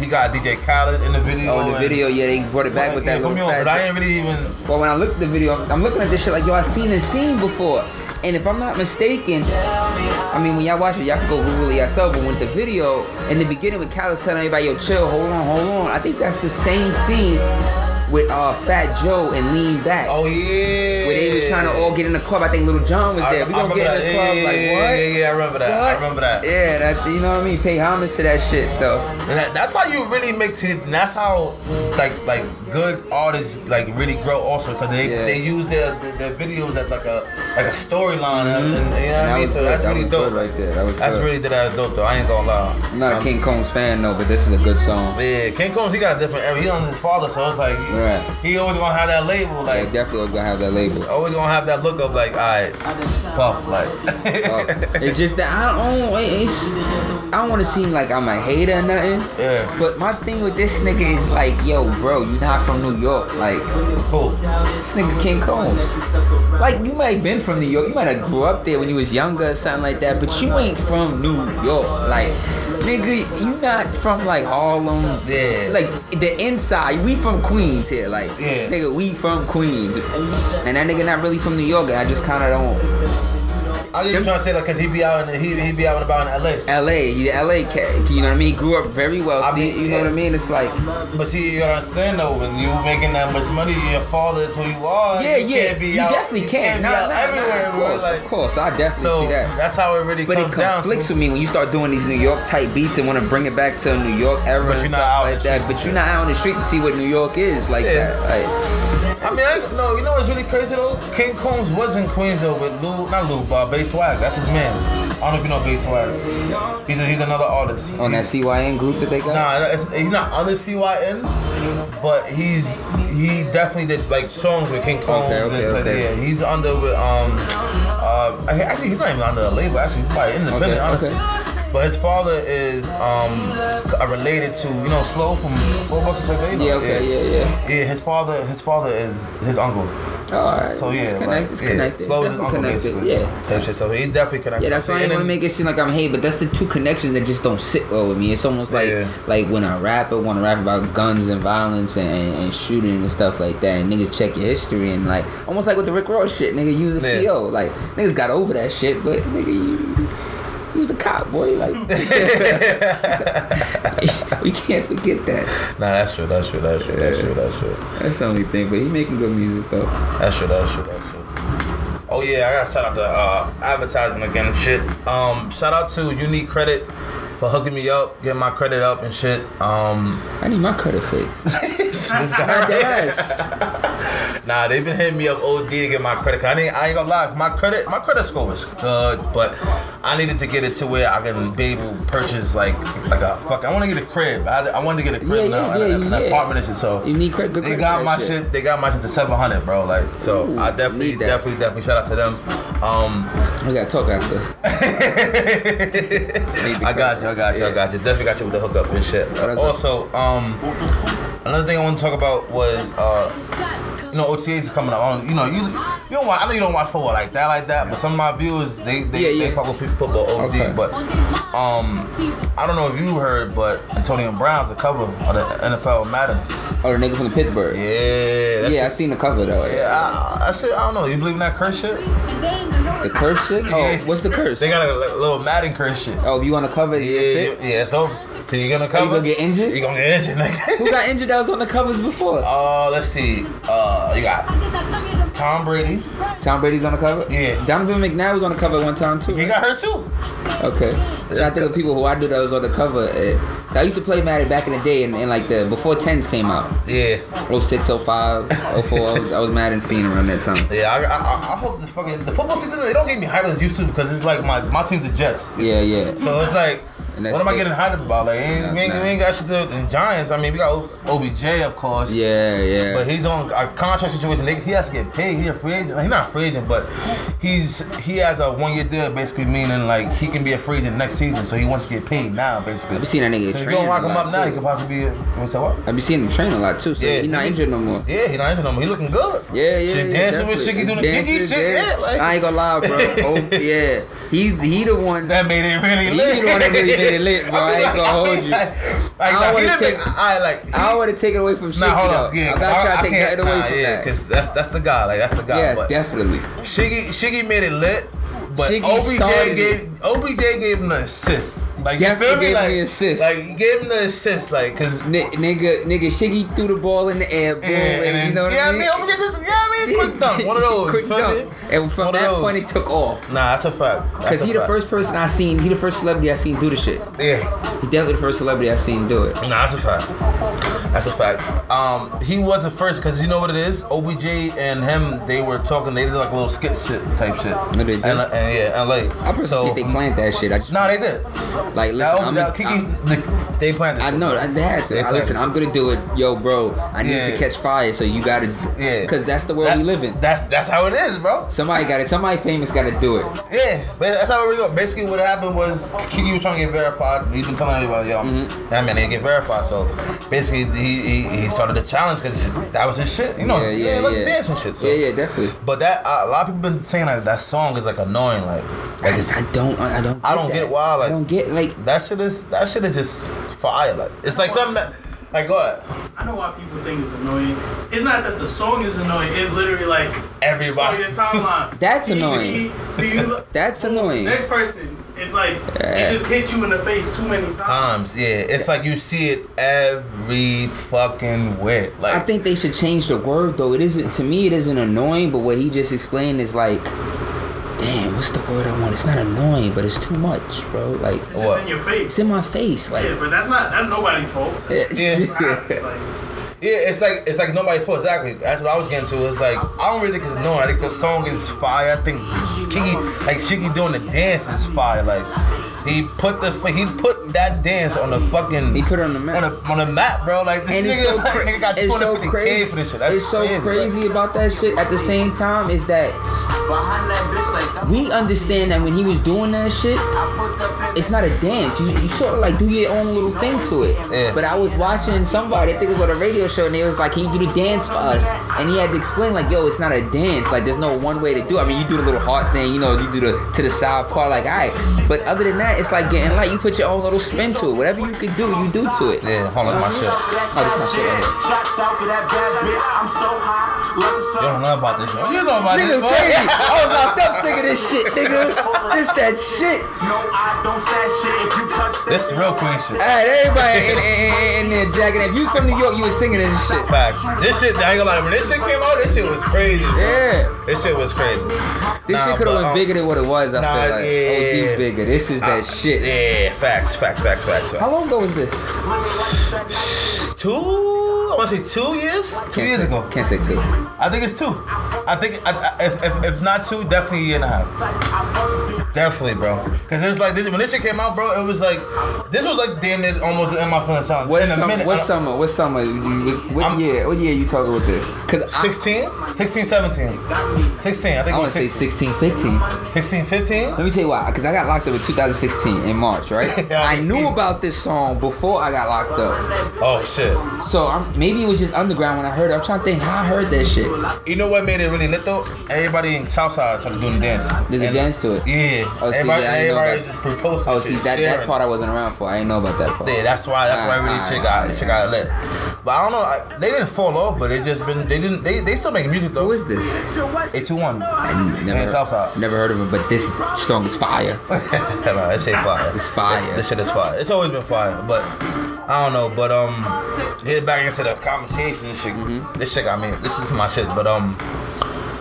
Speaker 1: he got DJ Khaled in the video.
Speaker 3: Oh, in the
Speaker 1: and-
Speaker 3: video, yeah, they brought it back with
Speaker 1: Yeah,
Speaker 3: that
Speaker 1: put
Speaker 3: little
Speaker 1: me on, but I
Speaker 3: fat.
Speaker 1: ain't really even
Speaker 3: But when I look at the video, I'm looking at this shit like, yo, I seen this scene before. And if I'm not mistaken, I mean, when y'all watch it, y'all can go Google it yourself. But with the video, in the beginning, when Cal is telling everybody, yo, chill, hold on, hold on, I think that's the same scene with uh, Fat Joe and Lean Back.
Speaker 1: Oh yeah.
Speaker 3: Where they was trying to all get in the club. I think Little John was
Speaker 1: I-
Speaker 3: there.
Speaker 1: I
Speaker 3: We gonna
Speaker 1: remember
Speaker 3: get in
Speaker 1: that. Yeah,
Speaker 3: the club
Speaker 1: yeah,
Speaker 3: like
Speaker 1: yeah,
Speaker 3: what?
Speaker 1: yeah, yeah, I remember that. I
Speaker 3: What?
Speaker 1: remember that.
Speaker 3: Yeah, that you know what I mean. Pay homage to that shit though.
Speaker 1: And that, that's how you really make it. and That's how like like good artists like really grow also because they,
Speaker 3: Yeah.
Speaker 1: they use their, their their videos as like a like a storyline and, and you know what
Speaker 3: That
Speaker 1: I mean.
Speaker 3: was
Speaker 1: So
Speaker 3: good.
Speaker 1: that's
Speaker 3: That
Speaker 1: really
Speaker 3: was
Speaker 1: dope
Speaker 3: good right there. That was
Speaker 1: That's
Speaker 3: good.
Speaker 1: really that that's dope though. I ain't gonna lie. Um,
Speaker 3: I'm not a King Combs fan though, but this is a good song.
Speaker 1: Yeah, King Combs he got a different era. He on his father, so it's like he,
Speaker 3: Right.
Speaker 1: he always gonna have that label
Speaker 3: Like,
Speaker 1: like.
Speaker 3: definitely was gonna have that label.
Speaker 1: Always gonna have that look of like, alright, puff, like.
Speaker 3: Uh, it's just that I don't. It's, I don't want to seem like I'm a hater or nothing.
Speaker 1: Yeah.
Speaker 3: But my thing with this nigga is like, yo, bro, you not from New York. Like,
Speaker 1: cool.
Speaker 3: this nigga King Combs. Like, you might have been from New York. You might have grew up there when you was younger or something like that. But you ain't from New York. Like, nigga, you not from like Harlem.
Speaker 1: Yeah.
Speaker 3: Like the inside. We from Queens here. Like,
Speaker 1: Yeah.
Speaker 3: nigga, we from Queens. And that nigga not really from New York. And I just kind of don't.
Speaker 1: I was just trying to say that because he be out in the, he, he be out and about in LA.
Speaker 3: LA, he's a LA cat. You know what I mean? Grew up very wealthy.
Speaker 1: I mean,
Speaker 3: you know what I
Speaker 1: yeah.
Speaker 3: mean? It's like,
Speaker 1: But see, you gotta understand though, when you making that much money, your father is who you are.
Speaker 3: yeah,
Speaker 1: you
Speaker 3: yeah,
Speaker 1: Can't be
Speaker 3: you
Speaker 1: out,
Speaker 3: definitely
Speaker 1: you
Speaker 3: can.
Speaker 1: be
Speaker 3: Nah,
Speaker 1: out
Speaker 3: nah,
Speaker 1: everywhere,
Speaker 3: nah, of
Speaker 1: bro,
Speaker 3: course,
Speaker 1: like,
Speaker 3: of course. I definitely
Speaker 1: So
Speaker 3: see that.
Speaker 1: that's how it really
Speaker 3: But it
Speaker 1: comes down.
Speaker 3: conflicts
Speaker 1: to.
Speaker 3: with me when you start doing these New York type beats and want to bring it back to a New York era
Speaker 1: But
Speaker 3: and
Speaker 1: you're not
Speaker 3: stuff
Speaker 1: out
Speaker 3: like
Speaker 1: in the
Speaker 3: that.
Speaker 1: streets
Speaker 3: But
Speaker 1: and
Speaker 3: you're not out on the street to see what New York is like
Speaker 1: Yeah.
Speaker 3: that. Like,
Speaker 1: I mean, I just know. You know what's really crazy though? King Combs was in Queens though with Lou, not Lou, but Bass Swag. That's his man. I don't know if you know Bass Swag. He's a, he's another artist.
Speaker 3: on that CYN group that they got.
Speaker 1: Nah, it's- he's not on the CYN, but he's he definitely did like songs with King Combs
Speaker 3: Okay, okay,
Speaker 1: and stuff.
Speaker 3: okay.
Speaker 1: Yeah, he's under with um, uh, I- actually he's not even under a label. Actually, he's probably independent,
Speaker 3: Okay,
Speaker 1: honestly.
Speaker 3: okay.
Speaker 1: But his father is um c- related to you know Slow from Slow Bucks and stuff. like that, you know?
Speaker 3: Yeah, okay, yeah, yeah.
Speaker 1: Yeah, his father, his father is his uncle.
Speaker 3: All right.
Speaker 1: So yeah,
Speaker 3: it's connected.
Speaker 1: like,
Speaker 3: it's
Speaker 1: yeah,
Speaker 3: connected.
Speaker 1: Slow is his
Speaker 3: Definitely
Speaker 1: uncle
Speaker 3: connected.
Speaker 1: basically.
Speaker 3: Yeah.
Speaker 1: Type shit. So he definitely connected.
Speaker 3: Yeah, that's why I didn't want to make it seem like I'm hate, but that's the two connections that just don't sit well with me. It's almost like
Speaker 1: Yeah.
Speaker 3: like when a rapper want to rap about guns and violence and, and, and shooting and stuff like that, and niggas check your history and like almost like with the Rick Ross shit, nigga use a
Speaker 1: Yeah.
Speaker 3: CO, like niggas got over that shit, but nigga you. you was a cop, boy. Like we can't forget that.
Speaker 1: Nah, that's true. That's true. That's true. That's true. That's true.
Speaker 3: That's the only thing. But he making good music though.
Speaker 1: That's true, that's true, that's true. Oh yeah, I gotta shout out the uh, advertisement again and shit. Um, shout out to Unique Credit for hooking me up, getting my credit up and shit. Um,
Speaker 3: I need my credit fixed.
Speaker 1: this guy,
Speaker 3: Not their ass.
Speaker 1: nah, they've been hitting me up OD to get my credit. Cause I, ain't, I ain't gonna lie, my credit, my credit score is good, but I needed to get it to where I can be able to purchase like like a fuck. I want to get a crib. I, I wanted to get a crib
Speaker 3: Yeah,
Speaker 1: now,
Speaker 3: yeah,
Speaker 1: and,
Speaker 3: yeah,
Speaker 1: an
Speaker 3: yeah.
Speaker 1: apartment and shit. So
Speaker 3: You need credit. good
Speaker 1: They
Speaker 3: credit
Speaker 1: got
Speaker 3: for
Speaker 1: my
Speaker 3: that
Speaker 1: shit. They got my shit to 700, bro. Like, so
Speaker 3: Ooh,
Speaker 1: I definitely,
Speaker 3: need that.
Speaker 1: definitely, definitely shout out to them. Um,
Speaker 3: We gotta talk after.
Speaker 1: I got you, I got you, I got you. Definitely got you with the hookup and shit.
Speaker 3: What I got?
Speaker 1: Also, um, another thing I want to talk about was, uh, you know, OTAs is coming up. I don't, you know, you you don't watch. I know you don't watch football like that, like that. But some of my viewers, they they,
Speaker 3: Yeah,
Speaker 1: they
Speaker 3: yeah.
Speaker 1: fuck with football OD.
Speaker 3: Okay.
Speaker 1: But um, I don't know if you heard, but Antonio Brown's the cover of the NFL Madden.
Speaker 3: Oh, the nigga from the Pittsburgh.
Speaker 1: Yeah, that's
Speaker 3: Yeah, I seen the cover though.
Speaker 1: Yeah, I, I, shit, I don't know. You believe in that curse shit?
Speaker 3: The curse shit? Oh,
Speaker 1: Yeah.
Speaker 3: what's the curse?
Speaker 1: They got a li- little Madden curse shit.
Speaker 3: oh, if you on the cover, yeah.
Speaker 1: Yeah, you- yeah. So, so you're gonna cover?
Speaker 3: Oh, gonna get injured?
Speaker 1: You gonna get injured, nigga?
Speaker 3: Who got injured that was on the covers before?
Speaker 1: Uh, let's see. Uh, you got Tom Brady.
Speaker 3: Tom Brady's on the cover?
Speaker 1: Yeah.
Speaker 3: Donovan McNabb was on the cover one time too.
Speaker 1: He got hurt too.
Speaker 3: Okay. So I think of people who I knew that was on the cover. eh, I used to play Madden back in the day and, and like the before tens came out.
Speaker 1: Yeah.
Speaker 3: 06, 05, 04. I was, I was Madden fiend around that time.
Speaker 1: Yeah, I, I, I- I hope the fucking the football season they don't get me hyped as used to because it's like my my team's the Jets,
Speaker 3: Yeah, yeah.
Speaker 1: so it's like
Speaker 3: And that's
Speaker 1: what am I
Speaker 3: it.
Speaker 1: getting hyped about? Like ain't, we, ain't, we ain't got shit to and Giants. I mean we got O- OBJ of course.
Speaker 3: Yeah, yeah.
Speaker 1: But he's on a contract situation. They- He has to get paid. He's a free agent. He's not a free agent, but he's he has a one year deal, basically meaning like he can be a free agent next season. So he wants to get paid now, basically.
Speaker 3: I've seen that
Speaker 1: So
Speaker 3: nigga
Speaker 1: if you
Speaker 3: train
Speaker 1: don't lock
Speaker 3: a
Speaker 1: him
Speaker 3: lot,
Speaker 1: up now,
Speaker 3: too.
Speaker 1: he could possibly be. A, what's that? What?
Speaker 3: I be seeing him train a lot too, so
Speaker 1: Yeah,
Speaker 3: he's not
Speaker 1: he-
Speaker 3: injured no more.
Speaker 1: Yeah, he not injured no more. He looking good.
Speaker 3: Yeah, yeah.
Speaker 1: Shit,
Speaker 3: yeah,
Speaker 1: dancing with
Speaker 3: definitely.
Speaker 1: Shiggy doing the
Speaker 3: Dancing,
Speaker 1: Shiggy shit. Yeah, like
Speaker 3: I ain't gonna lie, bro. Oh, yeah, he he the one.
Speaker 1: that made it really
Speaker 3: He
Speaker 1: lit.
Speaker 3: the one that really made it lit, bro. I ain't gonna hold you.
Speaker 1: Like,
Speaker 3: I
Speaker 1: I
Speaker 3: don't
Speaker 1: like,
Speaker 3: wanna
Speaker 1: he didn't
Speaker 3: take-
Speaker 1: make- I like. He,
Speaker 3: I don't want to take it away from Shiggy.
Speaker 1: nah, hold up.
Speaker 3: though.
Speaker 1: Yeah,
Speaker 3: I'm not trying to take
Speaker 1: can't-
Speaker 3: nothing away
Speaker 1: nah,
Speaker 3: from
Speaker 1: yeah,
Speaker 3: that.
Speaker 1: Cause that's that's the guy. Like that's the guy.
Speaker 3: Yeah,
Speaker 1: but
Speaker 3: definitely.
Speaker 1: Shiggy Shiggy made it lit. But
Speaker 3: Shiggy
Speaker 1: OBJ
Speaker 3: started it.
Speaker 1: gave OBJ gave him the assist. Like you
Speaker 3: Definitely
Speaker 1: feel me?
Speaker 3: gave
Speaker 1: like,
Speaker 3: me assist.
Speaker 1: Like he gave him the assist. Like cause
Speaker 3: Ni- nigga, nigga, Shiggy threw the ball in the air, boom, and, you know what
Speaker 1: yeah,
Speaker 3: I mean?
Speaker 1: I'm gonna get this. Yeah, I mean, quick dunk. One of those.
Speaker 3: quick
Speaker 1: you feel
Speaker 3: dunk.
Speaker 1: me?
Speaker 3: And from
Speaker 1: One of
Speaker 3: that
Speaker 1: those.
Speaker 3: point, it took off.
Speaker 1: Nah, that's a fact. That's
Speaker 3: Cause
Speaker 1: a
Speaker 3: he the
Speaker 1: fact.
Speaker 3: first person I seen, he the first celebrity I seen do the shit.
Speaker 1: Yeah.
Speaker 3: He definitely the first celebrity I seen do it.
Speaker 1: Nah, that's a fact. That's a fact. Um, he was the first because you know what it is. OBJ and him, they were talking. They did like a little skit shit type shit.
Speaker 3: they did?
Speaker 1: And, uh, and yeah, and like
Speaker 3: I personally
Speaker 1: so.
Speaker 3: think they planned that shit. I just
Speaker 1: Nah, they did.
Speaker 3: like
Speaker 1: That,
Speaker 3: listen. I'm,
Speaker 1: that Kiki,
Speaker 3: I'm-
Speaker 1: the, they planned it.
Speaker 3: I know I- they had to.
Speaker 1: They
Speaker 3: I,
Speaker 1: planned
Speaker 3: listen,
Speaker 1: it.
Speaker 3: I'm gonna do it, yo, bro. I need
Speaker 1: Yeah.
Speaker 3: to catch fire, so you gotta,
Speaker 1: Yeah.
Speaker 3: Cause that's the world
Speaker 1: That-
Speaker 3: we live in.
Speaker 1: That's that's how it is, bro.
Speaker 3: Somebody got it. Somebody famous got to do it.
Speaker 1: Yeah, but that's how we go. Basically, what happened was Kiki was trying to get verified. He's been telling everybody, yo,
Speaker 3: Mm-hmm.
Speaker 1: that man didn't get verified. So basically, he he, he started the challenge because that was his shit. You know,
Speaker 3: Yeah, yeah,
Speaker 1: like
Speaker 3: yeah.
Speaker 1: dance and shit. So.
Speaker 3: Yeah, yeah, definitely.
Speaker 1: But that uh, a lot of people been saying that that song is like annoying. Like, like it's,
Speaker 3: I don't. I don't. Get
Speaker 1: I don't
Speaker 3: that.
Speaker 1: get why, like-
Speaker 3: I don't get like.
Speaker 1: that shit is that shit is just fire. Like, it's like something that like what
Speaker 4: I know why people think it's annoying. It's not that the song is annoying. It's literally like on
Speaker 1: everybody.
Speaker 4: your timeline.
Speaker 3: That's
Speaker 4: Do you-
Speaker 3: annoying.
Speaker 4: Do you, do you
Speaker 3: That's annoying.
Speaker 4: next person? It's like
Speaker 3: Yeah.
Speaker 4: it just hit you in the face too many times.
Speaker 1: Times, yeah. It's like you see it every fucking where. Like,
Speaker 3: I think they should change the word though. It isn't to me. It isn't annoying, but what he just explained is like, damn, what's the word I want? It's not annoying, but it's too much, bro. Like
Speaker 4: it's just
Speaker 1: what?
Speaker 4: in your face.
Speaker 3: it's in my face, like.
Speaker 4: Yeah, but that's not that's nobody's fault. It's like,
Speaker 1: Yeah, it's like it's like nobody's fault. Exactly. That's what I was getting to. It's like I don't really think it's known. I think the song is fire. I think Kiki, like Shiggy doing the dance is fire. Like he put the he put that dance on the fucking
Speaker 3: He put it on the
Speaker 1: on
Speaker 3: map.
Speaker 1: the on the map, bro. Like this
Speaker 3: And
Speaker 1: nigga,
Speaker 3: it's so, cra-
Speaker 1: nigga got
Speaker 3: it's so
Speaker 1: 250 k
Speaker 3: crazy.
Speaker 1: for this shit. That's
Speaker 3: it's so
Speaker 1: crazy.
Speaker 3: crazy,
Speaker 1: like,
Speaker 3: about that shit. At the same time, is that we understand that when he was doing that shit, it's not a dance. You, you sort of like do your own little thing to it.
Speaker 1: Yeah.
Speaker 3: But I was watching somebody, I think it was on a radio show, and they was like, "Can you do the dance for us?" And he had to explain like, "Yo, it's not a dance. Like, there's no one way to do. it. I mean, you do the little heart thing, you know, you do the to the side part, like, all right. But other than that, it's like getting light. You put your own little spin to it. Whatever you could do, you do to it.
Speaker 1: yeah, hold on my shit.
Speaker 3: Oh, this my shit. Right here.
Speaker 5: Shots out for that bad bitch. I'm so high. Love the
Speaker 1: You
Speaker 5: sun.
Speaker 1: don't know about this. Yo. You know about this.
Speaker 3: Nigga was crazy. I was locked up singing this shit, nigga. This that shit.
Speaker 5: No, I don't say shit. If you touch that,
Speaker 1: This real queen shit.
Speaker 3: Alright, everybody in, in, in, in there jacking. If you from New York, you was singing this shit.
Speaker 1: Facts. This shit, I ain't gonna lie. When this shit came out, this shit was crazy. Bro.
Speaker 3: Yeah.
Speaker 1: This shit was crazy.
Speaker 3: This
Speaker 1: Nah,
Speaker 3: shit could have
Speaker 1: but,
Speaker 3: went
Speaker 1: um,
Speaker 3: bigger than what it was, I
Speaker 1: nah,
Speaker 3: feel like.
Speaker 1: yeah.
Speaker 3: OD bigger. This is that shit.
Speaker 1: Yeah, facts, facts, facts, facts, facts.
Speaker 3: Uh, How long ago was this?
Speaker 1: two. I want to say two years. Two
Speaker 3: Can't
Speaker 1: years
Speaker 3: say-
Speaker 1: ago.
Speaker 3: Can't say two.
Speaker 1: I think it's two. I think I, I, if, if, if not two, definitely a year and a half. Definitely, bro. Cause it's like this when this shit came out, bro. It was like this was like damn near almost in my phone challenge.
Speaker 3: What,
Speaker 1: in
Speaker 3: sum,
Speaker 1: a minute, uh,
Speaker 3: what
Speaker 1: I don't-
Speaker 3: summer? What summer? you- you- What
Speaker 1: I'm-
Speaker 3: year? What year you talking with this? Cause I,
Speaker 1: 16, 16, 17, 16. I think
Speaker 3: I
Speaker 1: it
Speaker 3: want
Speaker 1: was
Speaker 3: to say
Speaker 1: 16,
Speaker 3: 16, 15.
Speaker 1: 16 15.
Speaker 3: Let me tell you why. Because I got locked up in 2016 in March, right?
Speaker 1: Yeah,
Speaker 3: I
Speaker 1: I
Speaker 3: knew
Speaker 1: see.
Speaker 3: about this song before I got locked up.
Speaker 1: Oh shit.
Speaker 3: So I'm, maybe it was just underground when I heard it. I'm trying to think how I heard that shit.
Speaker 1: You know what made it really lit though? Everybody in Southside started doing the dance.
Speaker 3: There's a
Speaker 1: And-
Speaker 3: dance to it.
Speaker 1: Yeah.
Speaker 3: Oh, see,
Speaker 1: everybody,
Speaker 3: yeah, I didn't know
Speaker 1: everybody
Speaker 3: about-
Speaker 1: just proposed.
Speaker 3: Oh, see, that, that part I wasn't around for. I didn't know about that part.
Speaker 1: Yeah, that's why. That's why
Speaker 3: Alright,
Speaker 1: really
Speaker 3: alright,
Speaker 1: shit got
Speaker 3: alright,
Speaker 1: shit got lit. But I don't know. I, they didn't fall off, but it just been they didn't they, they still make music though.
Speaker 3: Who is this?
Speaker 1: Eight two one.
Speaker 3: I never,
Speaker 1: Yeah, Southside.
Speaker 3: never heard of it, but this song is fire.
Speaker 1: Hell no, that shit fire.
Speaker 3: It's fire.
Speaker 1: This shit is fire. It's always been fire, but I don't know. But um, get back into the conversation. and Shit,
Speaker 3: Mm-hmm.
Speaker 1: this shit got me. This is my shit. But um,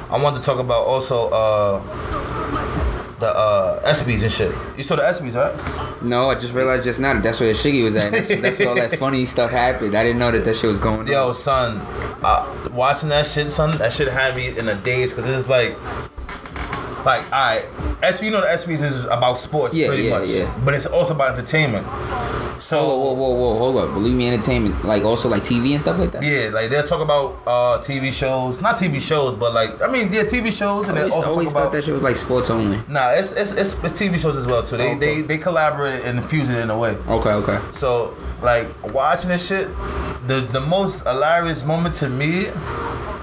Speaker 1: I wanted to talk about also uh. The uh ESPYS and shit. You saw the ESPYS, right?
Speaker 3: No, I just realized just now that that's where Shiggy was at. That's, that's where all that funny stuff happened. I didn't know that that shit was going on.
Speaker 1: Yo, son, uh, watching that shit, son, that shit had me in a daze because it's like, like, all right, SB, you know, the SBs is about sports
Speaker 3: Yeah,
Speaker 1: pretty
Speaker 3: yeah,
Speaker 1: much,
Speaker 3: yeah.
Speaker 1: but it's also about entertainment. So,
Speaker 3: Whoa, whoa, whoa, whoa, hold up. Believe me, entertainment, like also like TV and stuff like that.
Speaker 1: Yeah, like they'll talk about uh, TV shows, not TV shows, but like I mean, yeah, TV shows, and
Speaker 3: I
Speaker 1: they
Speaker 3: always,
Speaker 1: also
Speaker 3: always
Speaker 1: talk
Speaker 3: thought
Speaker 1: about.
Speaker 3: that shit was like sports only.
Speaker 1: Nah, it's, it's it's it's TV shows as well too. They they they collaborate and fuse it in a way.
Speaker 3: Okay, okay.
Speaker 1: So like watching this shit, the the most hilarious moment to me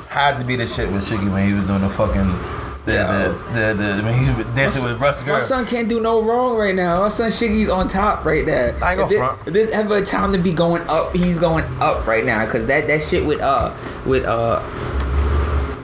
Speaker 1: had to be the shit with Shiggy when he was doing the fucking. The, the, the, the, when he was dancing with Russ Girl.
Speaker 3: My son can't do no wrong right now. My son Shiggy's on top right now.
Speaker 1: I ain't gonna
Speaker 3: if, there-
Speaker 1: front.
Speaker 3: if there's ever a time to be going up, he's going up right now. Cause that that shit with uh with uh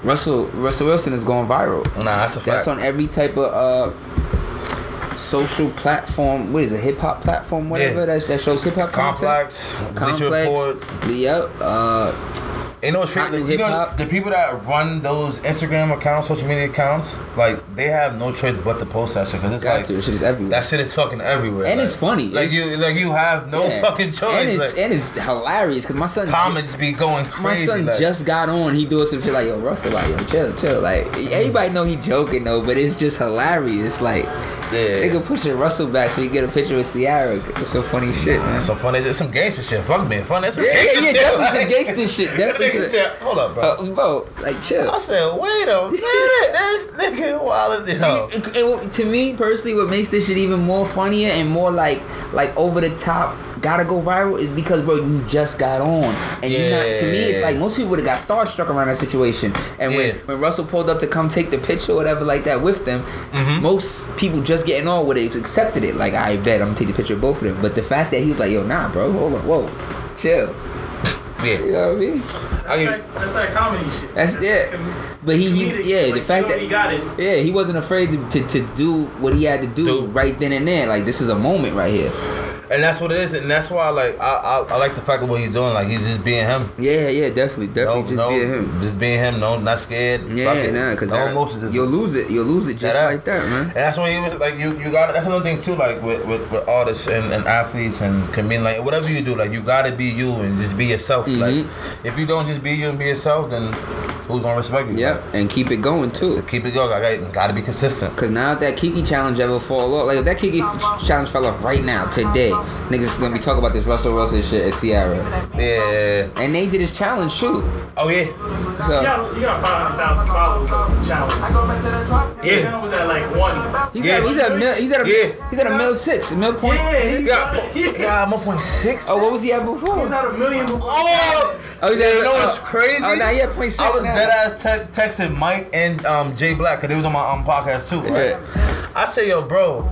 Speaker 3: Russell Russell Wilson is going viral.
Speaker 1: Mm. Nah, that's a fact.
Speaker 3: That's on every type of uh social platform. What is it? Hip hop platform, whatever
Speaker 1: Yeah.
Speaker 3: that's, that shows hip hop
Speaker 1: Complex, Bleacher Report.
Speaker 3: Complex. Yep. Uh,
Speaker 1: You know, it's
Speaker 3: Not
Speaker 1: really-
Speaker 3: new
Speaker 1: you know
Speaker 3: hip-hop.
Speaker 1: the people that run those Instagram accounts, social media accounts, like they have no choice but to post that shit because it's
Speaker 3: got
Speaker 1: like
Speaker 3: to. That shit is everywhere.
Speaker 1: that shit is fucking everywhere.
Speaker 3: And
Speaker 1: like-
Speaker 3: it's funny.
Speaker 1: Like you, like you have no
Speaker 3: Yeah.
Speaker 1: fucking choice.
Speaker 3: And it's
Speaker 1: like,
Speaker 3: and it's hilarious because my son.
Speaker 1: comments be going
Speaker 3: My
Speaker 1: crazy.
Speaker 3: son
Speaker 1: like,
Speaker 3: just got on. He doing some shit like, "Yo, Russell, like, yo, chill, chill." Like, everybody know he joking though, but it's just hilarious. Like,
Speaker 1: yeah.
Speaker 3: nigga pushing Russell back so he get a picture with Ciara. It's some funny shit, man.
Speaker 1: Some funny, it's some gangster shit. Fuck being funny. That's some
Speaker 3: Yeah,
Speaker 1: gangster
Speaker 3: yeah,
Speaker 1: shit.
Speaker 3: definitely some
Speaker 1: like-
Speaker 3: gangster shit, definitely
Speaker 1: Nigga
Speaker 3: some-
Speaker 1: said, Hold up, bro.
Speaker 3: Uh, bro, like, chill.
Speaker 1: I said, wait a minute, this nigga wild you know.
Speaker 3: It- it- to me personally, what makes this shit even more funnier and more like like over the top, gotta go viral is because bro, you just got on, and you not. To me, it's
Speaker 1: Yeah.
Speaker 3: like most people would have got starstruck around that situation. And when
Speaker 1: Yeah.
Speaker 3: when Russell pulled up to come take the picture or whatever like that with them,
Speaker 1: Mm-hmm.
Speaker 3: most people just getting on would have accepted it. Like I bet I'm gonna take the picture of both of them. But the fact that he was like, yo, nah, bro, hold on, whoa, chill. You
Speaker 1: Yeah,
Speaker 3: know what I mean?
Speaker 1: I give you-
Speaker 4: that, that's that comedy shit.
Speaker 3: That's it. But he,
Speaker 4: Comedic,
Speaker 3: he yeah,
Speaker 4: like,
Speaker 3: the fact
Speaker 4: you
Speaker 3: that
Speaker 4: already got it.
Speaker 3: yeah, he wasn't afraid to, to, to do what he had to do
Speaker 1: Do.
Speaker 3: right then and there. Like this is a moment right here.
Speaker 1: and that's what it is, and that's why like I, I I like the fact of what he's doing. Like he's just being him.
Speaker 3: Yeah, yeah, definitely,
Speaker 1: No,
Speaker 3: definitely, just
Speaker 1: no,
Speaker 3: be him.
Speaker 1: just being him. No, not scared. Fuck
Speaker 3: Yeah,
Speaker 1: it.
Speaker 3: nah, cause
Speaker 1: no
Speaker 3: that-
Speaker 1: emotions. just-
Speaker 3: you'll lose it. You'll lose it just
Speaker 1: That-
Speaker 3: like that, man.
Speaker 1: And that's what he was like. You you got that's another thing too. Like with, with, with artists and, and athletes and comedians, like whatever you do, like you gotta be you and just be yourself.
Speaker 3: Mhm.
Speaker 1: Like if you don't just be you and be yourself, then who's gonna respect you?
Speaker 3: Yep, and keep it going too.
Speaker 1: Like, keep it going. I got gotta be consistent.
Speaker 3: Cause now if that Kiki challenge ever fall off, like if that Kiki f- challenge fell off right now today, niggas is gonna be talking about this Russell Wilson shit at Sierra,
Speaker 1: Yeah.
Speaker 3: and they did his challenge too.
Speaker 1: Oh yeah.
Speaker 4: You
Speaker 3: So
Speaker 4: got, you got 500,000 followers on the challenge.
Speaker 1: Yeah.
Speaker 4: That was at like one.
Speaker 3: he's
Speaker 1: Yeah.
Speaker 3: at he's at mil, he's at a
Speaker 1: Yeah.
Speaker 3: he's at a mil six, a mil point.
Speaker 4: Yeah, he-
Speaker 1: Yeah, po- yeah, I'm 1.6.
Speaker 3: Oh, what was he at before?
Speaker 4: He's at a million before.
Speaker 3: Oh, he's
Speaker 1: yeah,
Speaker 3: at-
Speaker 1: you know what's
Speaker 3: oh,
Speaker 1: crazy?
Speaker 3: Oh, now yeah, point six.
Speaker 1: I was
Speaker 3: now.
Speaker 1: dead ass te- texting Mike and um, Jay Black because they was on my um, podcast too, right? I said, yo, bro,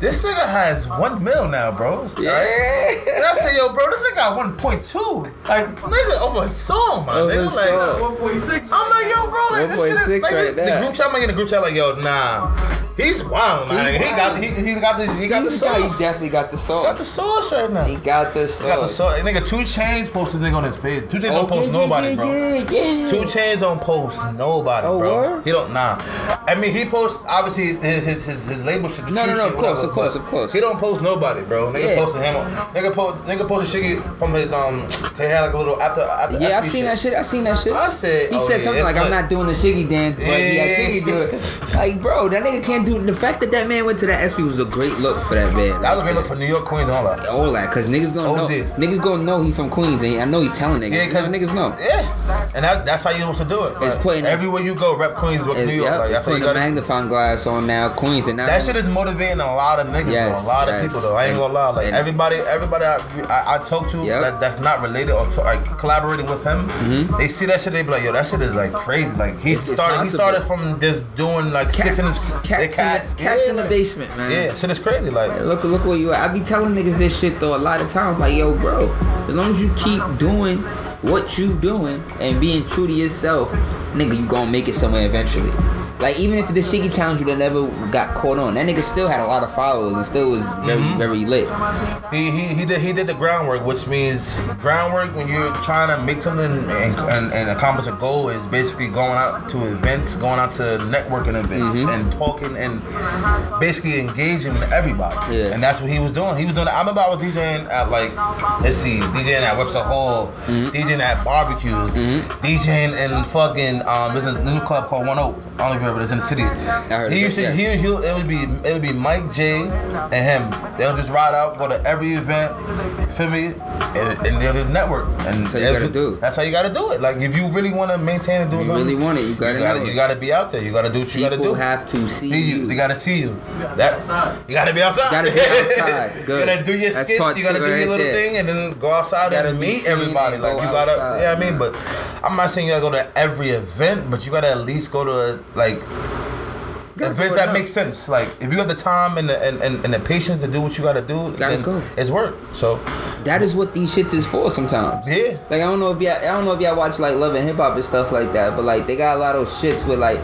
Speaker 1: this nigga has one mil now, bro. Right?
Speaker 3: Yeah.
Speaker 1: And I said, yo, bro, this nigga got 1.2. Like, nigga, over a song, my
Speaker 3: Over
Speaker 1: nigga.
Speaker 3: a
Speaker 1: Like,
Speaker 3: song.
Speaker 4: 146.
Speaker 1: I'm like, yo, bro, like, this shit is,
Speaker 3: 1.6
Speaker 1: like,
Speaker 3: right
Speaker 1: this- the
Speaker 3: there.
Speaker 1: group chat, I'm in the group chat, like, yo, nah. He's wild, man.
Speaker 3: He's
Speaker 1: He got, he, he's got the, he got the
Speaker 3: He's got- he
Speaker 1: sauce. He
Speaker 3: definitely got the
Speaker 1: got
Speaker 3: sauce.
Speaker 1: the sauce right now.
Speaker 3: He got the sauce.
Speaker 1: Got the sauce. Nigga, two chains posted nigga on his page. Two chains
Speaker 3: Oh,
Speaker 1: don't post
Speaker 3: yeah,
Speaker 1: nobody,
Speaker 3: yeah,
Speaker 1: bro.
Speaker 3: Yeah, yeah.
Speaker 1: Two Chains don't post nobody,
Speaker 3: Oh,
Speaker 1: bro.
Speaker 3: word?
Speaker 1: He don't nah. I mean, he posts obviously his his his, his label shit. the
Speaker 3: No, no,
Speaker 1: Two shit,
Speaker 3: no, of course,
Speaker 1: whatever,
Speaker 3: of course,
Speaker 1: but
Speaker 3: of course.
Speaker 1: He don't post nobody, bro. Nigga
Speaker 3: Yeah.
Speaker 1: posted him. on- Nigga post nigga posted shit from his um. He had like a little after after.
Speaker 3: Yeah, I
Speaker 1: SB
Speaker 3: seen that shit. I seen that shit.
Speaker 1: I said,
Speaker 3: he
Speaker 1: oh, yeah,
Speaker 3: said something
Speaker 1: that's
Speaker 3: like, "I'm
Speaker 1: lit."
Speaker 3: not doing the shiggy dance, but yeah,
Speaker 1: Yeah.
Speaker 3: shiggy do it." Like, bro, that nigga can't do. The fact that that man went to that SP was a great look for that man.
Speaker 1: That was a great look for New York Queens and all that.
Speaker 3: all that, cause niggas gonna
Speaker 1: Oh,
Speaker 3: know.
Speaker 1: dude.
Speaker 3: Niggas gonna know he from Queens, and I know he telling niggas.
Speaker 1: Yeah,
Speaker 3: You know,
Speaker 1: cause
Speaker 3: niggas know.
Speaker 1: Yeah, and that, that's how you supposed to do it. Like,
Speaker 3: putting-
Speaker 1: everywhere you go, rep Queens with
Speaker 3: It's,
Speaker 1: New York.
Speaker 3: yep,
Speaker 1: like,
Speaker 3: it's
Speaker 1: that's how you
Speaker 3: putting a
Speaker 1: got.
Speaker 3: magnifying glass on now Queens, and now
Speaker 1: That shit is motivating a lot of niggas,
Speaker 3: Um, Yes,
Speaker 1: though, a lot
Speaker 3: yes.
Speaker 1: of people though. I ain't gonna lie, like
Speaker 3: And-
Speaker 1: everybody, everybody I, I, I talk to
Speaker 3: Yep. Mm-hmm.
Speaker 1: that, that's not related or to, like collaborating with him, they see that shit, they be like, yo, that shit is like crazy. Like he
Speaker 3: It's- it's
Speaker 1: started, he
Speaker 3: possible.
Speaker 1: started from just doing like skits in his
Speaker 3: cats, in the-
Speaker 1: yeah, cats,
Speaker 3: cats
Speaker 1: yeah,
Speaker 3: in the
Speaker 1: like-
Speaker 3: basement, man.
Speaker 1: Yeah, shit is crazy. Like
Speaker 3: Look, look where you at. I be telling niggas this shit though a lot of times. Like, yo, bro, as long as you keep doing what you doing and being true to yourself, nigga, you gonna make it somewhere eventually. Like, even if the Shiggy challenge would have never got caught on, that nigga still had a lot of followers and still was very,
Speaker 1: Mm-hmm.
Speaker 3: very lit.
Speaker 1: he, he he did he did the groundwork, which means groundwork when you're trying to make something and, and, and accomplish a goal is basically going out to events, going out to networking events, and talking and basically engaging with everybody.
Speaker 3: Yeah.
Speaker 1: And that's what he was doing. He was doing. I remember I was DJing at like, let's see, DJing at Webster Hall, DJing at barbecues, DJing in fucking um, there's a new club called One Oak. I don't know if you remember. It's in the city.
Speaker 3: heard of
Speaker 1: he
Speaker 3: it,
Speaker 1: used to
Speaker 3: yeah.
Speaker 1: he he he'll, it would be it would be Mike J and him. They'll just ride out, go to every event, feel me, and, and they'll just network. And
Speaker 3: That's how you gotta
Speaker 1: if-
Speaker 3: do it.
Speaker 1: That's how you gotta do it. Like if you really want to maintain and do
Speaker 3: You
Speaker 1: something,
Speaker 3: really want it, you gotta,
Speaker 1: you gotta
Speaker 3: know.
Speaker 1: you gotta be out there. You gotta do what you gotta
Speaker 3: People
Speaker 1: do.
Speaker 3: have to see
Speaker 1: See you.
Speaker 3: you.
Speaker 1: They gotta see you.
Speaker 4: gotta be
Speaker 1: That
Speaker 4: outside.
Speaker 1: you gotta be outside.
Speaker 3: Gotta be outside. Good.
Speaker 1: you gotta do your
Speaker 3: That's
Speaker 1: skits.
Speaker 3: part
Speaker 1: You gotta
Speaker 3: two
Speaker 1: do your
Speaker 3: right
Speaker 1: little
Speaker 3: there.
Speaker 1: thing, and then go outside
Speaker 3: Gotta
Speaker 1: and
Speaker 3: be
Speaker 1: meet
Speaker 3: seen
Speaker 1: everybody.
Speaker 3: and
Speaker 1: Like
Speaker 3: go
Speaker 1: you gotta.
Speaker 3: outside,
Speaker 1: Yeah, I mean,
Speaker 3: yeah.
Speaker 1: but I'm not saying you gotta go to every event, but you gotta at least go to like
Speaker 3: Gotta
Speaker 1: events
Speaker 3: go
Speaker 1: that
Speaker 3: enough.
Speaker 1: make sense. Like if you have the time and the and, and, and the patience to do what you gotta do,
Speaker 3: Gotta
Speaker 1: then
Speaker 3: go.
Speaker 1: it's work. So
Speaker 3: That is what these shits is for sometimes.
Speaker 1: yeah.
Speaker 3: Like I don't know if y'all, I don't know if y'all watch like Love and Hip Hop and stuff like that, but like they got a lot of shits with like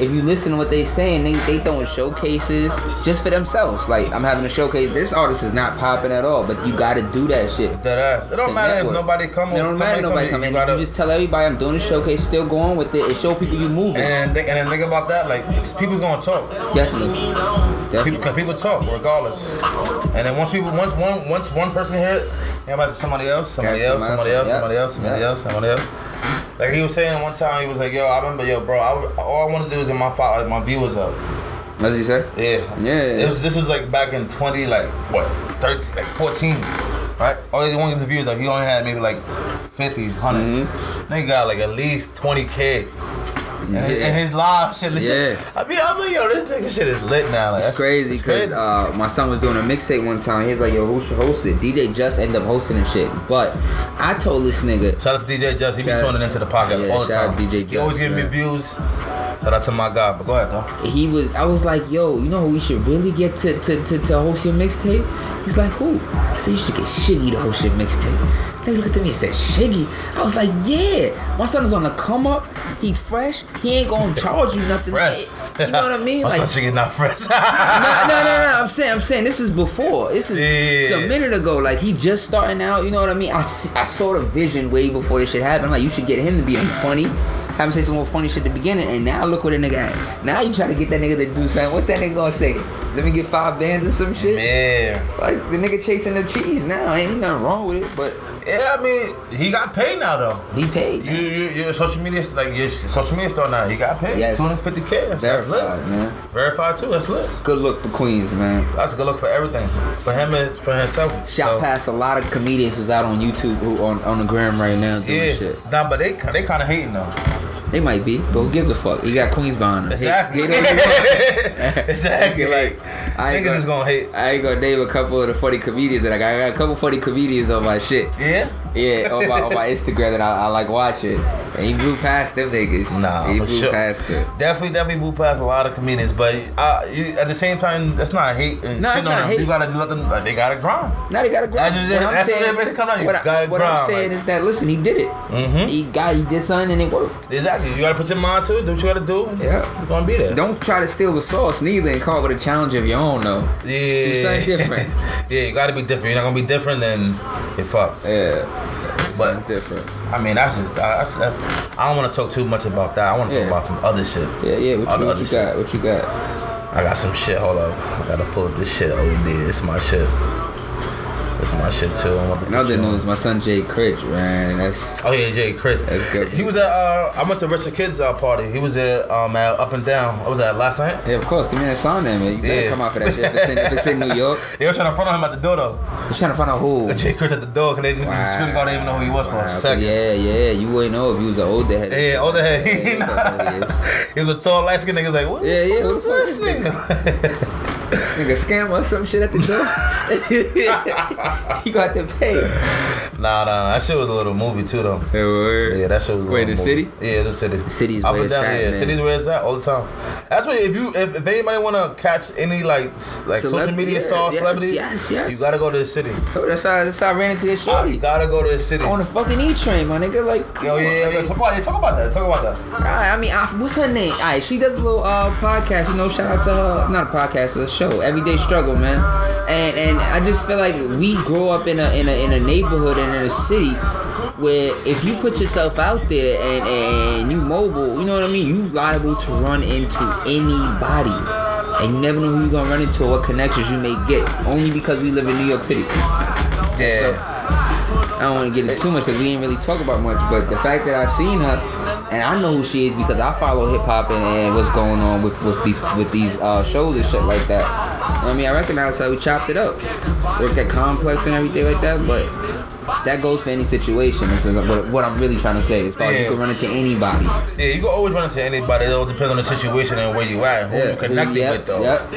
Speaker 3: if you listen to what they saying, they they throwing showcases just for themselves. Like I'm having a showcase. This artist is not popping at all, but you gotta do that shit.
Speaker 1: That ass. It
Speaker 3: to
Speaker 1: don't matter
Speaker 3: network.
Speaker 1: if nobody come.
Speaker 3: It don't matter if nobody come in.
Speaker 1: You
Speaker 3: You,
Speaker 1: gotta,
Speaker 3: just tell everybody I'm doing a showcase, still going with it, and show people you moving.
Speaker 1: and think, and then think about that. Like it's, people's gonna talk.
Speaker 3: Definitely.
Speaker 1: People,
Speaker 3: Definitely.
Speaker 1: cause people talk regardless. And then once people, once one, once one person hear it, everybody's somebody else, somebody
Speaker 3: Yeah,
Speaker 1: else, somebody
Speaker 3: somebody
Speaker 1: else,
Speaker 3: else,
Speaker 1: somebody
Speaker 3: yeah.
Speaker 1: else, somebody
Speaker 3: Yeah.
Speaker 1: else, somebody else. Like he was saying one time, he was like, "Yo, I remember, yo, bro, I, all I want to do is get my fol- like, my viewers up."
Speaker 3: That's what you say.
Speaker 1: Yeah.
Speaker 3: Yeah.
Speaker 1: This, this was like back in 20, like, what, 13, like 14, right? All you want to views, like, he only had maybe like 50, 100.
Speaker 3: Mm-hmm.
Speaker 1: They got like at least 20K. And, his,
Speaker 3: Yeah.
Speaker 1: and his live shit. this shit-
Speaker 3: Yeah.
Speaker 1: I mean, I'm like, yo, this nigga shit is lit now. Like,
Speaker 3: It's
Speaker 1: that's-
Speaker 3: crazy
Speaker 1: it's
Speaker 3: because
Speaker 1: crazy.
Speaker 3: uh, my son was doing a mixtape one time. He's like, "Yo, who should host it?" DJ Just ended up hosting and shit. But I told this nigga,
Speaker 1: Shout out to DJ Just. He be
Speaker 3: Shout-
Speaker 1: tuning into the podcast
Speaker 3: Yeah,
Speaker 1: all the
Speaker 3: shout
Speaker 1: time.
Speaker 3: out DJ
Speaker 1: he always
Speaker 3: Just,
Speaker 1: giving me
Speaker 3: man.
Speaker 1: views. Shout out to my guy. But go ahead, though.
Speaker 3: he was. I was like, "Yo, you know who we should really get to to, to, to host your mixtape?" He's like, "Who?" I said, "You should get Shiggy to host your mixtape." They looked at me and said, "Shiggy." I was like, "Yeah, my son is on the come up. He fresh. He ain't gonna charge you nothing.
Speaker 1: Fresh.
Speaker 3: You know what I mean?
Speaker 1: my
Speaker 3: Like,
Speaker 1: son chicken not fresh.
Speaker 3: no, no, no, no. I'm saying, I'm saying, this is before. This is it's
Speaker 1: Yeah.
Speaker 3: a minute ago. Like he just starting out. You know what I mean? I, s- I saw the vision way before this shit happened. Like you should get him to be funny. Have him say some more funny shit at the beginning, and now look what a nigga at. Now you try to get that nigga to do something. What's that nigga gonna say? Let me get five bands or some shit.
Speaker 1: yeah.
Speaker 3: Like the nigga chasing the cheese now. Ain't nothing wrong with it, but
Speaker 1: Yeah, I mean, he got paid now, though.
Speaker 3: he paid.
Speaker 1: You, you, your social media, like your social media store now, he got paid.
Speaker 3: Yes.
Speaker 1: 250k. That's, that's
Speaker 3: Verified,
Speaker 1: lit.
Speaker 3: man.
Speaker 1: Verified too. That's lit.
Speaker 3: Good look for Queens, man.
Speaker 1: That's a good look for everything. For him and for himself. So,
Speaker 3: Shout past a lot of comedians who's out on YouTube who on on the gram right now doing
Speaker 1: Yeah.
Speaker 3: shit.
Speaker 1: Nah, but they they kind of hating though.
Speaker 3: They might be, but who gives a fuck? You got Queens behind them.
Speaker 1: Exactly.
Speaker 3: They, they don't even-
Speaker 1: exactly. Like niggas
Speaker 3: I ain't gonna-
Speaker 1: is gonna hate.
Speaker 3: I ain't gonna name a couple of the funny comedians that I got. I got a couple funny comedians on my shit.
Speaker 1: Yeah.
Speaker 3: Yeah, on my, on my Instagram that I, I like watching. And he blew past them niggas.
Speaker 1: Nah,
Speaker 3: he
Speaker 1: for
Speaker 3: blew
Speaker 1: sure.
Speaker 3: past them.
Speaker 1: Definitely, definitely move past a lot of comedians, but uh, you, at the same time, that's not hate. And
Speaker 3: No,
Speaker 1: shit
Speaker 3: it's
Speaker 1: on
Speaker 3: not
Speaker 1: them.
Speaker 3: hate.
Speaker 1: You gotta let them. Like, they gotta grind.
Speaker 3: Now they gotta
Speaker 1: That's
Speaker 3: grind.
Speaker 1: just it. That's what they basically come out, you
Speaker 3: what, I,
Speaker 1: gotta
Speaker 3: what I'm
Speaker 1: grind,
Speaker 3: saying
Speaker 1: like-
Speaker 3: is that listen, he did it. Mm-hmm. He got he did something and it worked.
Speaker 1: Exactly. You gotta put your mind to it. Do what you gotta do.
Speaker 3: Yeah.
Speaker 1: It's gonna be there.
Speaker 3: Don't try to steal the sauce neither and come up with a challenge of your own though.
Speaker 1: Yeah.
Speaker 3: Do something different.
Speaker 1: yeah, you gotta be different. You're not gonna be different than you fuck.
Speaker 3: Yeah,
Speaker 1: But
Speaker 3: something different.
Speaker 1: I mean, that's just that's, that's I don't want to talk too much about that. I want to
Speaker 3: Yeah.
Speaker 1: talk about some other shit.
Speaker 3: Yeah, yeah. What
Speaker 1: Other-
Speaker 3: you, what
Speaker 1: other
Speaker 3: you
Speaker 1: shit.
Speaker 3: got? What you got?
Speaker 1: I got some shit. Hold up, I gotta pull up this shit. Oh, yeah, it's my shit. It's my shit too. I want to
Speaker 3: Another
Speaker 1: put you on.
Speaker 3: news, my son Jay Critch, man. That's
Speaker 1: Oh yeah, Jay Chris.
Speaker 3: That's good.
Speaker 1: He was at. Uh, I went to Richard Kids' uh, party. He was at um at Up and Down. I was at last night.
Speaker 3: yeah, of course. The man signed that man. You better
Speaker 1: Yeah.
Speaker 3: come out for that shit. If it's in, if it's in New York,
Speaker 1: They were trying to front on him at the door though.
Speaker 3: I'm trying to find out who.
Speaker 1: Jay Chris at the door because they didn't the security guard didn't even know who he was for
Speaker 3: Wow,
Speaker 1: a second.
Speaker 3: Yeah, yeah. You wouldn't know if you was an older head.
Speaker 1: Yeah, all the head.
Speaker 3: Yeah, yeah, yeah.
Speaker 1: he was a tall, light skinned nigga. Like, what?
Speaker 3: Yeah, yeah, who the fuck
Speaker 1: What's
Speaker 3: is
Speaker 1: this nigga?
Speaker 3: Nigga scam or some shit at the door. you got to pay.
Speaker 1: nah, nah, nah. That shit was a little movie too, though. Yeah, that shit was. a
Speaker 3: Wait,
Speaker 1: little
Speaker 3: the
Speaker 1: movie.
Speaker 3: city?
Speaker 1: Yeah, the city.
Speaker 3: City's
Speaker 1: Up
Speaker 3: where
Speaker 1: and
Speaker 3: it's
Speaker 1: down,
Speaker 3: at,
Speaker 1: yeah.
Speaker 3: man.
Speaker 1: City's where it's at all the time. That's why if you if, if anybody wanna catch any like s- like social
Speaker 3: Celeb-
Speaker 1: media
Speaker 3: yeah,
Speaker 1: star
Speaker 3: yes,
Speaker 1: celebrities,
Speaker 3: yes, yes.
Speaker 1: you gotta go to the city.
Speaker 3: So that's how that's how I ran into this
Speaker 1: Oh, You
Speaker 3: shorty.
Speaker 1: gotta go to the city.
Speaker 3: On the fucking E train, my nigga. Like, come
Speaker 1: Yo,
Speaker 3: on,
Speaker 1: yeah, yeah, yeah.
Speaker 3: like-
Speaker 1: Talk about, yeah, talk about that. Talk about that.
Speaker 3: Alright, I mean, I, what's her name? All right, she does a little uh, podcast. You know, shout out to her. Not a podcast, a show. Everyday struggle, man. And and I just feel like we grow up in a in a in a neighborhood and in a city where if you put yourself out there and and you mobile, you know what I mean. You liable to run into anybody. And you never know who you're gonna run into or what connections you may get, only because we live in New York City.
Speaker 1: Yeah.
Speaker 3: So I don't want to get into too much because we didn't really talk about much. But the fact that I seen her and I know who she is because I follow hip hop and, and what's going on with, with these with these uh, shows and shit like that. You know what I mean, I recognize her. We chopped it up, worked at complex and everything like that. But that goes for any situation. This is what, what I'm really trying to say. As far as
Speaker 1: Yeah.
Speaker 3: you can run into anybody.
Speaker 1: Yeah, you can always run into anybody. It all depends on the situation and where you at, and who you connected
Speaker 3: Yep,
Speaker 1: with, though.
Speaker 3: Yep.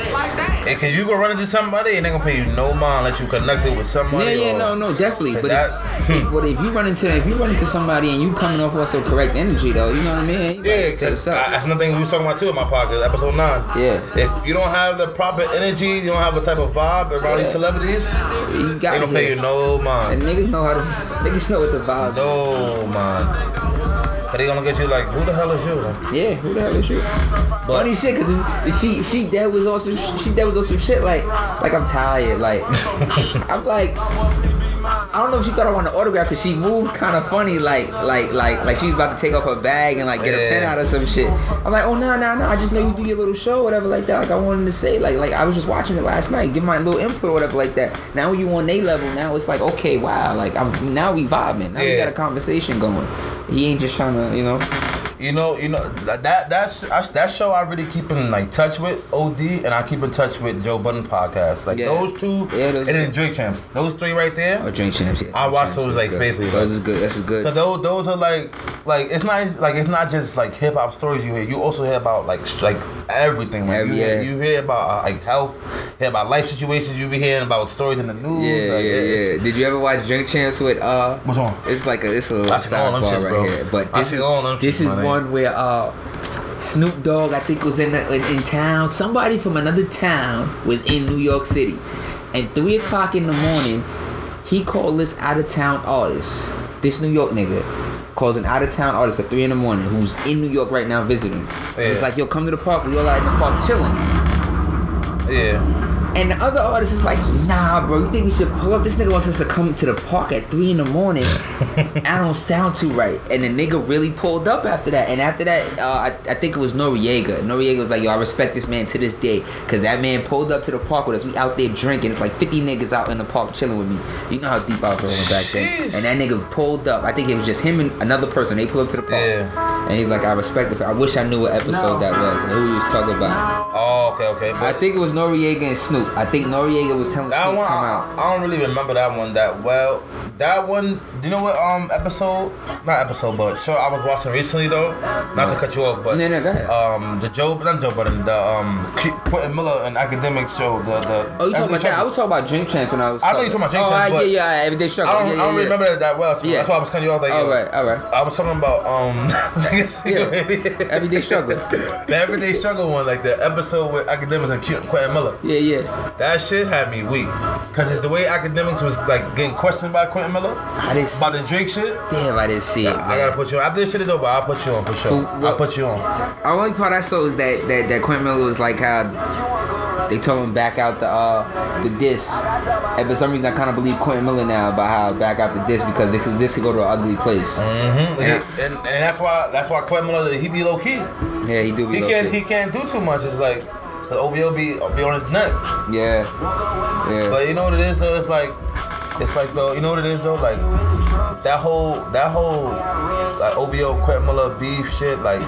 Speaker 1: And cause you gonna run into somebody and they gonna pay you no mind unless you connected with somebody.
Speaker 3: Yeah, yeah,
Speaker 1: or-
Speaker 3: no, no, definitely. But
Speaker 1: that-
Speaker 3: if, but if you run into if you run into somebody and you coming off with some correct energy though, you know what I mean?
Speaker 1: Yeah,
Speaker 3: Set
Speaker 1: because
Speaker 3: us up.
Speaker 1: that's another thing we was talking about too in my podcast, episode nine.
Speaker 3: Yeah.
Speaker 1: If you don't have the proper energy, you don't have a type of vibe around these
Speaker 3: Yeah.
Speaker 1: celebrities,
Speaker 3: you
Speaker 1: they
Speaker 3: got
Speaker 1: gonna pay you
Speaker 3: here.
Speaker 1: no
Speaker 3: And
Speaker 1: mind.
Speaker 3: niggas know how to niggas know what the vibe.
Speaker 1: No mind. Cause they gonna get you like, who the hell is you?
Speaker 3: Yeah, who the hell is she? Funny shit, cause this- she she dead was on some sh- she dead was on some shit like like I'm tired like I'm like I don't know if she thought I wanted an autograph cause she moved kind of funny like like like like she was about to take off her bag and like get a
Speaker 1: Yeah.
Speaker 3: pen out or some shit. I'm like oh no no no I just know you do your little show whatever like that like I wanted to say like like I was just watching it last night give my little input or whatever like that. Now you on a level now it's like okay wow like I'm now we vibing now we
Speaker 1: Yeah.
Speaker 3: got a conversation going. He ain't just trying to you know.
Speaker 1: You know, you know that that that's I, that show I really keep in like touch with OD, and I keep in touch with Joe Budden podcast. Like
Speaker 3: Yeah.
Speaker 1: those two,
Speaker 3: Yeah, those
Speaker 1: and then
Speaker 3: two.
Speaker 1: Drake Champs, those three right
Speaker 3: Oh,
Speaker 1: there.
Speaker 3: Drink Champs. Yeah,
Speaker 1: I
Speaker 3: Drink
Speaker 1: watch
Speaker 3: Champs
Speaker 1: those,
Speaker 3: is
Speaker 1: like,
Speaker 3: good.
Speaker 1: faithfully.
Speaker 3: Those is good. That's good.
Speaker 1: Those, those are like like it's not like it's not just like hip hop stories you hear. You also hear about like st- like everything. Like
Speaker 3: Every-
Speaker 1: you, hear,
Speaker 3: yeah.
Speaker 1: you hear about uh, like health, hear about life situations. You be hearing about stories in the news.
Speaker 3: Yeah,
Speaker 1: like,
Speaker 3: yeah,
Speaker 1: it's-
Speaker 3: yeah. Did you ever watch Drink Champs with uh?
Speaker 1: What's on?
Speaker 3: It's like a it's a little
Speaker 1: I see all them
Speaker 3: sidebar
Speaker 1: shits,
Speaker 3: right
Speaker 1: bro.
Speaker 3: here. But
Speaker 1: I
Speaker 3: this
Speaker 1: see
Speaker 3: is
Speaker 1: all them
Speaker 3: this
Speaker 1: shits,
Speaker 3: is
Speaker 1: my nigga.
Speaker 3: one where uh. Snoop Dogg, I think, was in, the, in in town. Somebody from another town was in New York City, and three o'clock in the morning, he called this out of town artist. This New York nigga calls an out of town artist at three in the morning who's in New York right now visiting. He's
Speaker 1: Yeah.
Speaker 3: like, "Yo, come to the park. We all out in the park chilling."
Speaker 1: yeah.
Speaker 3: And the other artist is like, nah, bro, you think we should pull up? This nigga wants us to come to the park at three in the morning. I don't sound too right. And the nigga really pulled up after that. And after that, uh, I, I think it was Noriega. Noriega was like, yo, I respect this man to this day. Cause that man pulled up to the park with us. We out there drinking. It's like 50 niggas out in the park chilling with me. You know how deep I was rolling back then.
Speaker 1: Sheesh.
Speaker 3: And that nigga pulled up. I think it was just him and another person. They pulled up to the park.
Speaker 1: Yeah.
Speaker 3: And he's like, I respect it. I wish I knew what episode that was and who he was talking about.
Speaker 1: Oh, okay, okay. But
Speaker 3: I think it was Noriega and Snoop. I think Noriega was telling
Speaker 1: That
Speaker 3: Snoop
Speaker 1: one,
Speaker 3: come
Speaker 1: I,
Speaker 3: out.
Speaker 1: I don't really remember that one that well. That one, you know what? Um, episode, not episode, but show I was watching recently though. Not to cut you off, but
Speaker 3: No, no, go ahead.
Speaker 1: um, the Joe, not Joe, but the um, Ke- Quentin Miller and academic show. The the.
Speaker 3: Oh, you
Speaker 1: Everyday
Speaker 3: talking about that? I
Speaker 1: Struggle.
Speaker 3: was talking about Drink Champs when I was.
Speaker 1: I thought you were talking about Drink
Speaker 3: oh,
Speaker 1: Champs,
Speaker 3: Oh,
Speaker 1: but-
Speaker 3: yeah, yeah, yeah, everyday
Speaker 1: I
Speaker 3: struggle.
Speaker 1: don't,
Speaker 3: yeah, yeah,
Speaker 1: I don't
Speaker 3: yeah.
Speaker 1: remember that, that well. So
Speaker 3: Yeah.
Speaker 1: That's why I was cutting you off. Like,
Speaker 3: All
Speaker 1: yo,
Speaker 3: right, all right.
Speaker 1: I was talking about um,
Speaker 3: Yeah. everyday struggle.
Speaker 1: the everyday struggle one, like the episode with academics and Ke- Quentin Miller.
Speaker 3: Yeah, yeah.
Speaker 1: That shit had me weak. Cause it's the way academics was like getting questioned by Quentin Miller
Speaker 3: I didn't see.
Speaker 1: about the Drake shit.
Speaker 3: Damn, I didn't see it.
Speaker 1: I gotta put you on. After this shit is over, I'll put you on for sure.
Speaker 3: Who- what-
Speaker 1: I'll put you on.
Speaker 3: The only part I saw was that that that Quentin Miller was like how they told him back out the uh the disc, and for some reason I kind of believe Quentin Miller now about how back out the disc because this this could go to an ugly place.
Speaker 1: Mm-hmm.
Speaker 3: Yeah.
Speaker 1: And, and, and that's why that's why Quentin Miller he be low key.
Speaker 3: Yeah, he do. Be
Speaker 1: He
Speaker 3: low
Speaker 1: can't
Speaker 3: key.
Speaker 1: he can't do too much. It's like the OVO be be on his neck.
Speaker 3: Yeah, yeah.
Speaker 1: But you know what it is though. It's like it's like though. You know what it is though. Like that whole that whole like OVO Quentin Miller beef shit. Like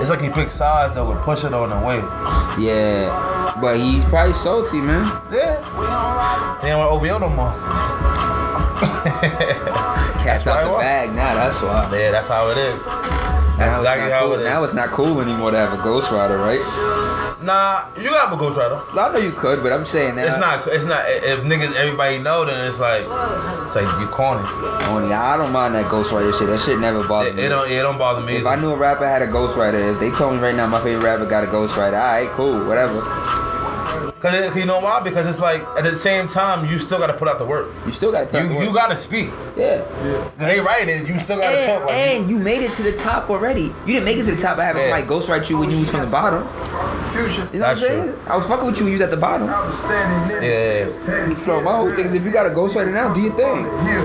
Speaker 1: it's like he picked sides though with Pusha though in a way.
Speaker 3: Yeah, but he's probably salty, man.
Speaker 1: Yeah. He ain't want OVO no more.
Speaker 3: Cats
Speaker 1: why
Speaker 3: out
Speaker 1: I
Speaker 3: the
Speaker 1: want-
Speaker 3: bag. Nah, that's why.
Speaker 1: Yeah, that's how it is.
Speaker 3: Now
Speaker 1: exactly
Speaker 3: it's not
Speaker 1: how
Speaker 3: cool.
Speaker 1: it is.
Speaker 3: Now it's not cool anymore to have a Ghost Rider, right?
Speaker 1: Nah, you gotta have a ghostwriter.
Speaker 3: Well, I know you could, but I'm saying now.
Speaker 1: It's not. It's not. i- If niggas, everybody know, then it's like, it's like you corny.
Speaker 3: Only I don't mind that Ghost Rider shit. That shit never bothered
Speaker 1: It,
Speaker 3: me.
Speaker 1: it don't. It don't bother me.
Speaker 3: if I knew a rapper had a Ghost Rider, if they told me right now my favorite rapper got a Ghost Rider, all right, cool, whatever.
Speaker 1: Cause it- you know why? Because it's like at the same time, you still gotta put out the work.
Speaker 3: You still got
Speaker 1: You you gotta speak.
Speaker 3: yeah.
Speaker 1: They write it. You still gotta talk.
Speaker 3: And,
Speaker 1: Like
Speaker 3: and you made it to the top already. You didn't make it to the top by having
Speaker 1: Yeah.
Speaker 3: somebody Ghost Ride you when you was from the bottom.
Speaker 5: Fusion.
Speaker 3: You know
Speaker 1: That's
Speaker 3: what I'm saying?
Speaker 1: true.
Speaker 3: I was fucking with you when you was at the bottom.
Speaker 5: Standing in.
Speaker 1: yeah,
Speaker 3: So my whole thing is, if you got a ghostwriter now, do your thing.
Speaker 5: Yeah.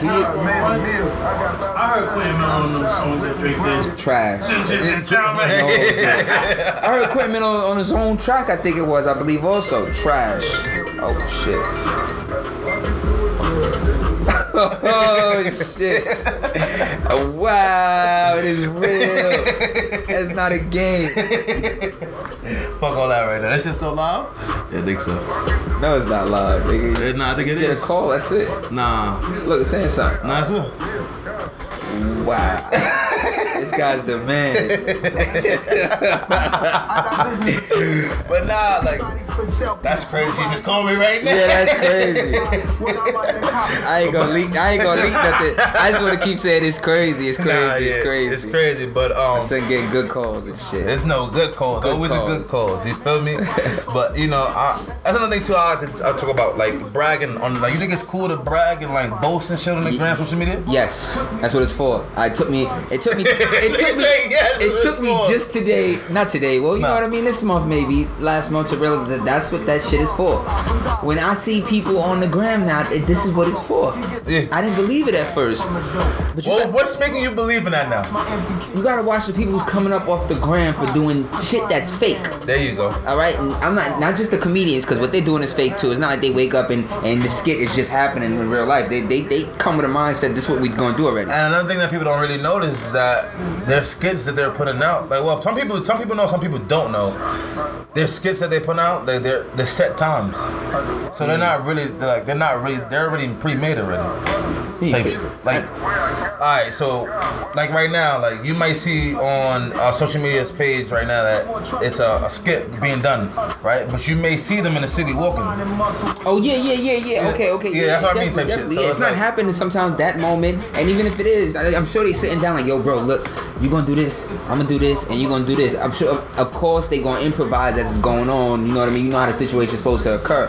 Speaker 5: Do it. Man, meal. I got five.
Speaker 4: I heard Quentin Miller on them songs that Drake did.
Speaker 3: Trash.
Speaker 4: Just didn't sound
Speaker 3: Oh,
Speaker 4: like
Speaker 3: I heard Quentin on, on his own track. I think it was. I believe also trash. Oh shit. oh shit. Wow, it is real. That's not a game.
Speaker 1: fuck all that right now. That shit still live? Yeah, I think so.
Speaker 3: No, it's not live. Nigga.
Speaker 1: Eh, Nah, I think it
Speaker 3: Get a
Speaker 1: is.
Speaker 3: call. That's it.
Speaker 1: Nah,
Speaker 3: Look, it's saying something.
Speaker 1: nah, it's real.
Speaker 3: Wow. It's guy's the man.
Speaker 1: But nah, like that's crazy. You just call me right now.
Speaker 3: Yeah, that's crazy. I ain't gonna leak. I ain't gonna leak nothing. I just want to keep saying it's crazy. It's crazy.
Speaker 1: Nah, yeah,
Speaker 3: it's crazy.
Speaker 1: It's crazy, but um,
Speaker 3: Son getting good calls and shit.
Speaker 1: There's no good calls.
Speaker 3: Good
Speaker 1: Always a
Speaker 3: calls.
Speaker 1: good calls. You feel me? but you know, I, that's another thing too. I, like to- I talk about like bragging on. Like you think it's cool to brag and like boast and shit on the
Speaker 3: Ye-
Speaker 1: gram social media?
Speaker 3: Yes, that's what it's for. I took me. It took me. It took me.
Speaker 1: Yes,
Speaker 3: It
Speaker 1: it's
Speaker 3: took me
Speaker 1: for.
Speaker 3: just today. Not today. Well, you know
Speaker 1: Nah.
Speaker 3: what I mean. This month, maybe last month, to realize that that's what that shit is for. When I see people on the gram now, it, this is what it's for.
Speaker 1: Yeah.
Speaker 3: I didn't believe it at first, but you,
Speaker 1: Well,
Speaker 3: got,
Speaker 1: what's making you believe in that now?
Speaker 3: you gotta watch the people who's coming up off the gram for doing shit that's fake.
Speaker 1: There you go.
Speaker 3: All right, and I'm not not just the comedians because what they're doing is fake too. It's not like they wake up and, and the skit is just happening in real life. They they, they come with a mindset this is what we're gonna do already.
Speaker 1: And another thing that people don't really notice is that their skits that they're putting out, like well, some people some people know, some people don't know. Their skits that they put out, like they're they're set times, so they're not really they're like they're not really they're already pre-made already. Like, like all right, so like right now, like you might see on our social media's page right now that it's a, a skit being done, right? But you may see them in the city walking.
Speaker 3: Oh yeah, yeah, yeah, yeah. Okay, okay.
Speaker 1: Yeah, that's what I mean,
Speaker 3: definitely,
Speaker 1: type shit.
Speaker 3: definitely.
Speaker 1: So
Speaker 3: Yeah, it's,
Speaker 1: it's
Speaker 3: not
Speaker 1: like-
Speaker 3: happening sometimes that moment, and even if it is, I, I'm sure they sitting down like, yo, bro, look, you gonna do this, I'm gonna do this, and you gonna do this. I'm sure, of, of course, they gonna improvise as it's going on. You know what I mean? You know how the situation's supposed to occur.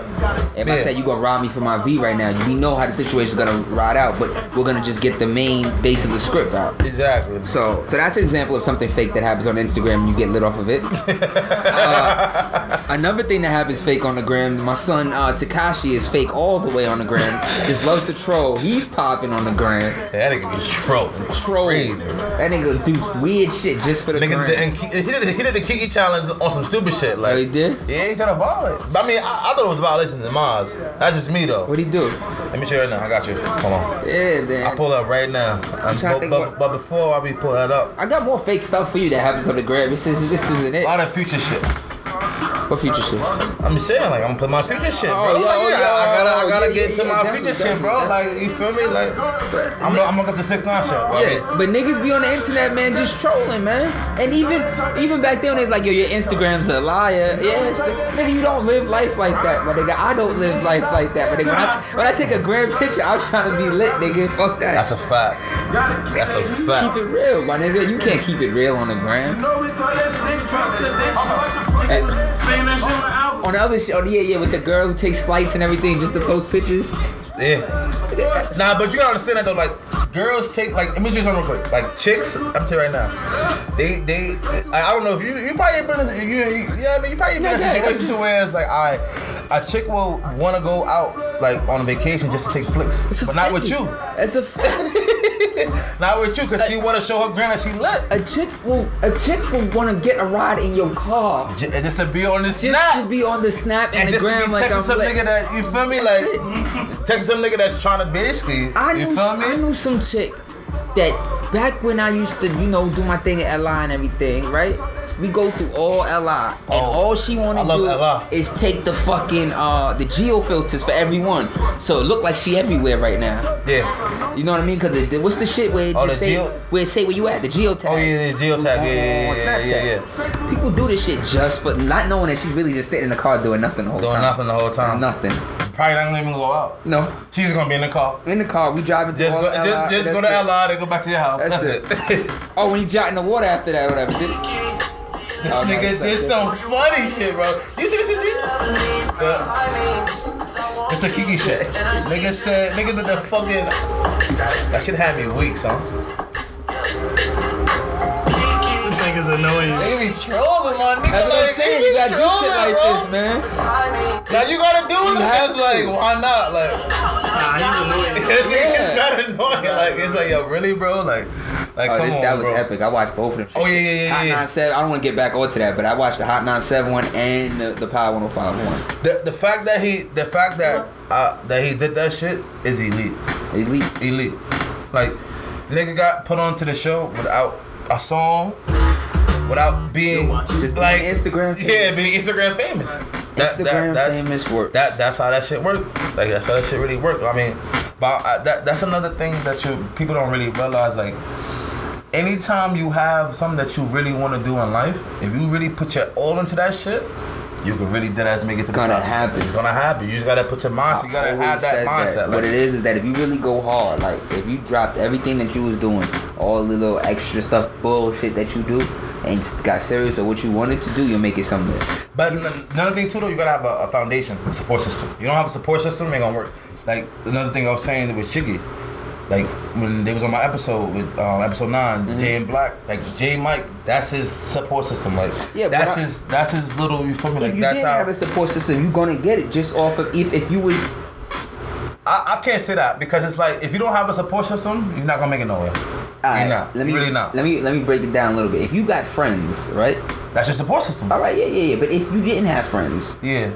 Speaker 3: If I
Speaker 1: Yeah.
Speaker 3: said you gonna rob me for my V right now, we know how the situation's gonna ride out, but we're gonna just get the main base of the script out.
Speaker 1: Exactly.
Speaker 3: So, so that's an example of something fake that happens on Instagram. and You get lit off of it. Uh, another thing that happens fake on the gram. My son uh, Takashi is fake all the way on the gram. Just loves to troll. He's popping on the gram.
Speaker 1: That nigga be trolling.
Speaker 3: Trolling.
Speaker 1: Crazy.
Speaker 3: That nigga do weird shit just for the
Speaker 1: Nigga, did the,
Speaker 3: gram.
Speaker 1: and he, did, the- he did the Kiki challenge on some stupid shit. Like,
Speaker 3: Oh, he did?
Speaker 1: Yeah, he tried to violate. But I mean, I, I thought it was violations in Mars. That's just me though.
Speaker 3: What'd he do?
Speaker 1: Let me show you right now. I got you. Hold on.
Speaker 3: Yeah,
Speaker 1: I
Speaker 3: man.
Speaker 1: pull up right now. And
Speaker 3: trying to
Speaker 1: but,
Speaker 3: think
Speaker 1: but,
Speaker 3: what-
Speaker 1: but before I be pull that up,
Speaker 3: I got more fake stuff for you that happens on the gram. This is this isn't
Speaker 1: a
Speaker 3: it.
Speaker 1: lot of future shit.
Speaker 3: What future shit?
Speaker 1: I'm saying like I'm gonna put my future shit, bro.
Speaker 3: Oh,
Speaker 1: Like,
Speaker 3: yeah, oh,
Speaker 1: yeah,
Speaker 3: yeah,
Speaker 1: I gotta,
Speaker 3: oh,
Speaker 1: I gotta
Speaker 3: yeah,
Speaker 1: get
Speaker 3: yeah,
Speaker 1: to
Speaker 3: yeah,
Speaker 1: my
Speaker 3: definitely,
Speaker 1: future shit, bro.
Speaker 3: definitely,
Speaker 1: Like you feel me? Like I'm, gonna- I'm gonna look up the six nine shit. Bro.
Speaker 3: Yeah, but niggas be on the internet, man, just trolling, man. And even even back then, it's like, yo, your Instagram's a liar. Yeah, it's like, nigga, you don't live life like that, my nigga. I don't live life like that, my nigga. When I, t- when I take a grand picture, I'm trying to be lit, nigga. Fuck that.
Speaker 1: That's a fact. That's a
Speaker 3: keep
Speaker 1: fact.
Speaker 3: it real, my nigga. You can't keep it real on the gram.
Speaker 4: Uh-huh.
Speaker 3: On the other shit, oh yeah, yeah, with the girl who takes flights and everything just to post pictures.
Speaker 1: Yeah.
Speaker 3: Nigga,
Speaker 1: Nah, but you gotta understand that though. Like, girls take like. Let me tell you something real quick. Like, chicks. I'm telling you right now. They they. I, I don't know if you you probably been in- you you know what I mean you probably been in
Speaker 3: Yeah, yeah,
Speaker 1: a situation to where it's like I a chick will want to go out like on vacation just to take flicks,
Speaker 3: it's a
Speaker 1: but not with
Speaker 3: fact.
Speaker 1: you.
Speaker 3: That's a fact.
Speaker 1: Not with you, cause she want to show her grand that she lit.
Speaker 3: a chick will a chick will want to get a ride in your car
Speaker 1: J- And just to be on this
Speaker 3: just
Speaker 1: snap.
Speaker 3: to be on the snap and,
Speaker 1: and
Speaker 3: the
Speaker 1: just to
Speaker 3: gram
Speaker 1: be
Speaker 3: like
Speaker 1: texting
Speaker 3: I'm
Speaker 1: some
Speaker 3: lit.
Speaker 1: nigga that you feel me
Speaker 3: That's
Speaker 1: like texting some nigga that's trying to basically
Speaker 3: I
Speaker 1: you
Speaker 3: knew,
Speaker 1: feel
Speaker 3: I
Speaker 1: me
Speaker 3: knew some chick that back when I used to, you know, do my thing at LI and everything, right? We go through all LI, and all she
Speaker 1: Oh, I
Speaker 3: wanna
Speaker 1: love
Speaker 3: do
Speaker 1: LI.
Speaker 3: is take the fucking uh the geo filters for everyone, so it look like she everywhere right now.
Speaker 1: yeah
Speaker 3: You know what I mean? Cause the, the- what's the shit where it
Speaker 1: Oh,
Speaker 3: just
Speaker 1: the
Speaker 3: say
Speaker 1: geo-
Speaker 3: where it say where you at the geotag?
Speaker 1: oh yeah the geotag yeah yeah
Speaker 3: On
Speaker 1: yeah yeah, yeah,
Speaker 3: Snapchat.
Speaker 1: yeah.
Speaker 3: People do this shit just for not knowing that she's really just sitting in the car doing nothing the whole
Speaker 1: Doing
Speaker 3: time.
Speaker 1: nothing the whole time.
Speaker 3: Nothing.
Speaker 1: Probably not gonna even go out.
Speaker 3: No.
Speaker 1: She's gonna be in the car.
Speaker 3: In the car, we driving through
Speaker 1: Just
Speaker 3: all
Speaker 1: go,
Speaker 3: LI.
Speaker 1: just, just go
Speaker 3: that's
Speaker 1: to
Speaker 3: it.
Speaker 1: LI and go back to your house.
Speaker 3: That's
Speaker 1: That's, it.
Speaker 3: Oh, when he jot in the water after that, whatever. Did-
Speaker 1: this
Speaker 3: Oh, no,
Speaker 1: nigga,
Speaker 3: it's not
Speaker 1: this
Speaker 3: good.
Speaker 1: some funny shit, bro. You see this shit? G? Uh, It's a Kiki shit. Nigga said, nigga did the fucking. That shit had me weak, son.
Speaker 4: This nigga's annoying.
Speaker 1: They be trolling, my nigga.
Speaker 3: That's what
Speaker 1: like,
Speaker 3: I'm saying.
Speaker 1: they
Speaker 3: You
Speaker 1: be
Speaker 3: gotta do shit
Speaker 1: trolling,
Speaker 3: like
Speaker 1: bro.
Speaker 3: this, man.
Speaker 1: Now you gotta do it.
Speaker 3: have
Speaker 1: It's like,
Speaker 3: to.
Speaker 1: why not? Like,
Speaker 4: Nah, he's annoying.
Speaker 1: this
Speaker 3: Yeah.
Speaker 1: nigga's got annoying. Like, it's like, yo, really, bro? Like, like,
Speaker 3: Oh,
Speaker 1: come
Speaker 3: this,
Speaker 1: on,
Speaker 3: that was
Speaker 1: bro.
Speaker 3: epic. I watched both of them.
Speaker 1: Oh, yeah, yeah, yeah,
Speaker 3: Hot
Speaker 1: yeah.
Speaker 3: 97. I don't want to get back onto that, but I watched the Hot 97 one and the, the Power 105
Speaker 1: The, the fact that he the fact that uh, that he did that shit is elite.
Speaker 3: one. Elite.
Speaker 1: Elite. Like nigga got put onto the show without a song, without being
Speaker 3: Just being
Speaker 1: like
Speaker 3: Instagram famous.
Speaker 1: Yeah, being Instagram famous. That- that-
Speaker 3: Instagram
Speaker 1: that's-
Speaker 3: famous works.
Speaker 1: That that's how that shit worked. Like that's how that shit really worked. I mean, but I, that that's another thing that you people don't really realize. Like anytime you have something that you really want to do in life, if you really put your all into that shit, you can really dead ass make it to
Speaker 3: gonna
Speaker 1: the top.
Speaker 3: happen.
Speaker 1: It's gonna happen. You just gotta put your mindset. You gotta
Speaker 3: always
Speaker 1: have that
Speaker 3: said
Speaker 1: mindset.
Speaker 3: That.
Speaker 1: Like,
Speaker 3: what it is is that if you really go hard, like if you dropped everything that you was doing, all the little extra stuff, bullshit that you do, and just got serious at what you wanted to do, you'll make it somewhere.
Speaker 1: But n- another thing too, though, you gotta have a, a foundation, a support system. You don't have a support system, it ain't gonna work. Like another thing I was saying with Shiggy, like when they was on my episode with um, episode 9
Speaker 3: Mm-hmm.
Speaker 1: Jay and Black, like Jay Mike, that's his support system. Like
Speaker 3: Yeah, but
Speaker 1: that's
Speaker 3: I-
Speaker 1: his that's his little. You feel me? Like
Speaker 3: if you
Speaker 1: that's
Speaker 3: didn't
Speaker 1: how.
Speaker 3: have a support system, you gonna get it just off of if if you was
Speaker 1: I, I can't say that because it's like if you don't have a support system, you're not gonna make it nowhere.
Speaker 3: Alright,
Speaker 1: you're not.
Speaker 3: Let me
Speaker 1: You're really not.
Speaker 3: Let me let me break it down a little bit. If you got friends, right?
Speaker 1: That's your support system.
Speaker 3: All right, yeah, yeah, yeah. But if you didn't have friends,
Speaker 1: Yeah.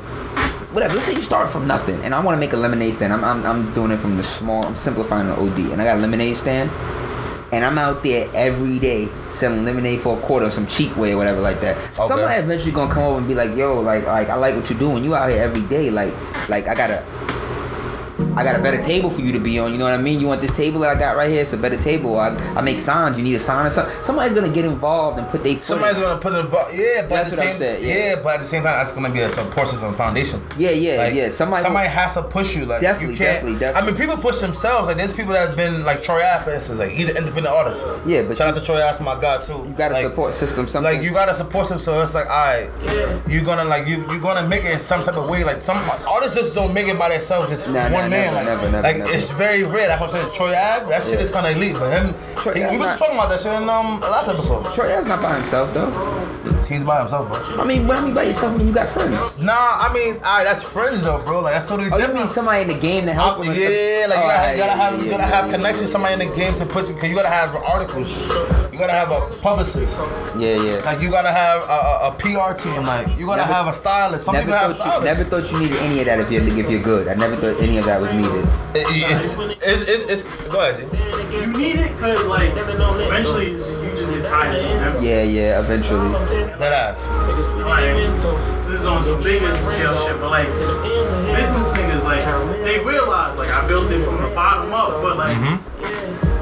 Speaker 3: whatever. Let's say you start from nothing, and I want to make a lemonade stand. I'm, I'm I'm doing it from the small. I'm simplifying the OD, and I got a lemonade stand, and I'm out there every day selling lemonade for a quarter, some cheap way or whatever like that.
Speaker 1: Okay.
Speaker 3: Somebody eventually gonna come over and be like, "Yo, like like I like what you're doing. You out here every day. Like like I gotta." I got a better table for you to be on. You know what I mean? You want this table that I got right here? It's a better table. I, I make signs. You need a sign or something. Somebody's gonna get involved and put their foot. in.
Speaker 1: Somebody's gonna put it. invo- Yeah, but at
Speaker 3: That's
Speaker 1: the
Speaker 3: what I'm
Speaker 1: same,
Speaker 3: saying,
Speaker 1: yeah.
Speaker 3: yeah.
Speaker 1: but at the same time, that's gonna be a support system foundation.
Speaker 3: Yeah, yeah, yeah. Somebody-
Speaker 1: has to push you. Like
Speaker 3: Definitely,
Speaker 1: you can't,
Speaker 3: definitely, definitely.
Speaker 1: I mean, people push themselves. Like there's people that's been like Troy Ave, for instance. Like he's an independent artist.
Speaker 3: Yeah, but
Speaker 1: shout out
Speaker 3: you-
Speaker 1: to Troy Ave, my god too.
Speaker 3: You got a
Speaker 1: like,
Speaker 3: support system. Something
Speaker 1: Like you gotta support him, so it's like, alright, you're gonna like you you're gonna make it in some type of way. Like some artists just don't make it by themselves, just
Speaker 3: Nah,
Speaker 1: one
Speaker 3: nah,
Speaker 1: man.
Speaker 3: never,
Speaker 1: like
Speaker 3: never, never,
Speaker 1: like
Speaker 3: never.
Speaker 1: it's very rare. That's what I'm saying. Troy Ave, that shit is kind of elite. But him,
Speaker 3: Troy
Speaker 1: he-
Speaker 3: Ave
Speaker 1: we was
Speaker 3: not-
Speaker 1: talking about that shit in um last episode.
Speaker 3: Troy Ave's not by himself though.
Speaker 1: He's by himself, bro.
Speaker 3: I mean, what I mean by yourself when you got friends.
Speaker 1: Nah, I mean, all right, that's friends though, bro. Like that's totally
Speaker 3: Oh, you
Speaker 1: different.
Speaker 3: mean somebody in the game to help
Speaker 1: I'm-
Speaker 3: him? or
Speaker 1: Uh, yeah, like
Speaker 3: something?
Speaker 1: you gotta, you
Speaker 3: Oh,
Speaker 1: gotta
Speaker 3: yeah,
Speaker 1: have
Speaker 3: yeah,
Speaker 1: you gotta
Speaker 3: yeah,
Speaker 1: have
Speaker 3: yeah,
Speaker 1: connections, somebody in the game to put you. Cause you gotta have articles. You gotta have a publicist.
Speaker 3: Yeah, yeah.
Speaker 1: Like you gotta have a, a, a PR team. Like you gotta
Speaker 3: Never-
Speaker 1: have a stylist. Some
Speaker 3: Never
Speaker 1: people have
Speaker 3: thought,
Speaker 1: stylists.
Speaker 3: you, never thought you needed any of that if you're if you're good. I never thought any of that was needed.
Speaker 1: It- it's, it's, it's, it's, go ahead. G.
Speaker 4: You need it because, like, eventually you just get tired of it.
Speaker 3: Yeah, yeah. Eventually,
Speaker 1: That ass.
Speaker 4: Like, this is on some bigger scale shit, but like business niggas, like they realize, like I built it from the bottom up, but like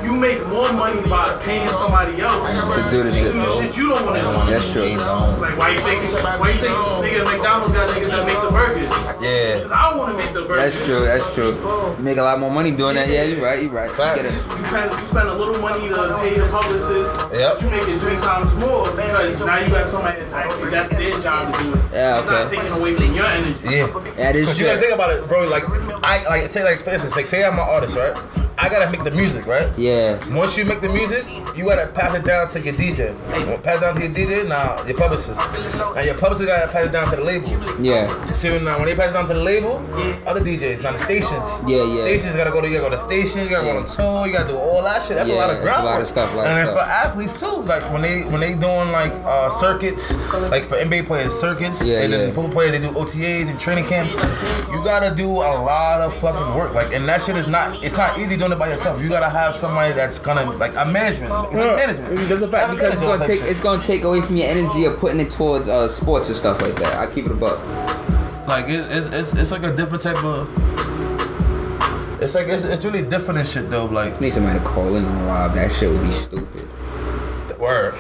Speaker 4: you make more money by paying somebody else
Speaker 3: Mm-hmm. To do the shit,
Speaker 4: do the
Speaker 3: bro.
Speaker 4: shit you don't want to do.
Speaker 3: that's true.
Speaker 4: Like why you think, why you think nigga McDonald's got niggas that make the burgers?
Speaker 1: Yeah.
Speaker 4: Cause I want to make the burgers.
Speaker 3: That's true. That's true. You make a lot more money doing that. Yeah, you're right. You're right. You
Speaker 1: Facts.
Speaker 4: You spend, you spend a little money to pay your publicist,
Speaker 1: Yep.
Speaker 4: but you make it three times more because now you got somebody that's actually that's their job to do it.
Speaker 3: Yeah,
Speaker 4: It's not
Speaker 3: okay.
Speaker 4: taking away from your energy.
Speaker 1: Yeah.
Speaker 3: That is
Speaker 1: Cause you
Speaker 3: true.
Speaker 1: gotta think about it, bro. Like I like say like for instance, like say I'm an artist, right? I gotta make the music, right?
Speaker 3: Yeah.
Speaker 1: Once you make the music, you gotta pass it down to your DJ. Pass it down to your DJ, now your publicist. Now your publicist gotta pass it down to the label.
Speaker 3: Yeah.
Speaker 1: See now when they pass it down to the label, other DJs, now the stations.
Speaker 3: Yeah, yeah.
Speaker 1: Stations gotta go to you gotta go to stations, you gotta go on tour, you gotta do all that shit. That's a
Speaker 3: Yeah,
Speaker 1: lot of
Speaker 3: it's a
Speaker 1: ground.
Speaker 3: lot of stuff, a lot of
Speaker 1: and then for
Speaker 3: stuff.
Speaker 1: athletes too, it's like when they when they doing like uh, circuits, like for NBA players circuits,
Speaker 3: Yeah,
Speaker 1: and then
Speaker 3: yeah.
Speaker 1: football players they do OTAs and training camps. You gotta do a lot of fucking work, like, and that shit is not it's not easy doing it by yourself. You gotta have somebody that's gonna like a management. It's a management.
Speaker 3: That's a fact
Speaker 1: Have
Speaker 3: because
Speaker 1: management
Speaker 3: it's gonna
Speaker 1: type
Speaker 3: take
Speaker 1: shit.
Speaker 3: it's gonna take away from your energy of putting it towards uh sports and stuff like that. I keep it above.
Speaker 1: like it, it's, it's it's like a different type of. It's like it's, it's really different and shit though. Like
Speaker 3: Need somebody to call in and rob. That shit would be stupid.
Speaker 1: word.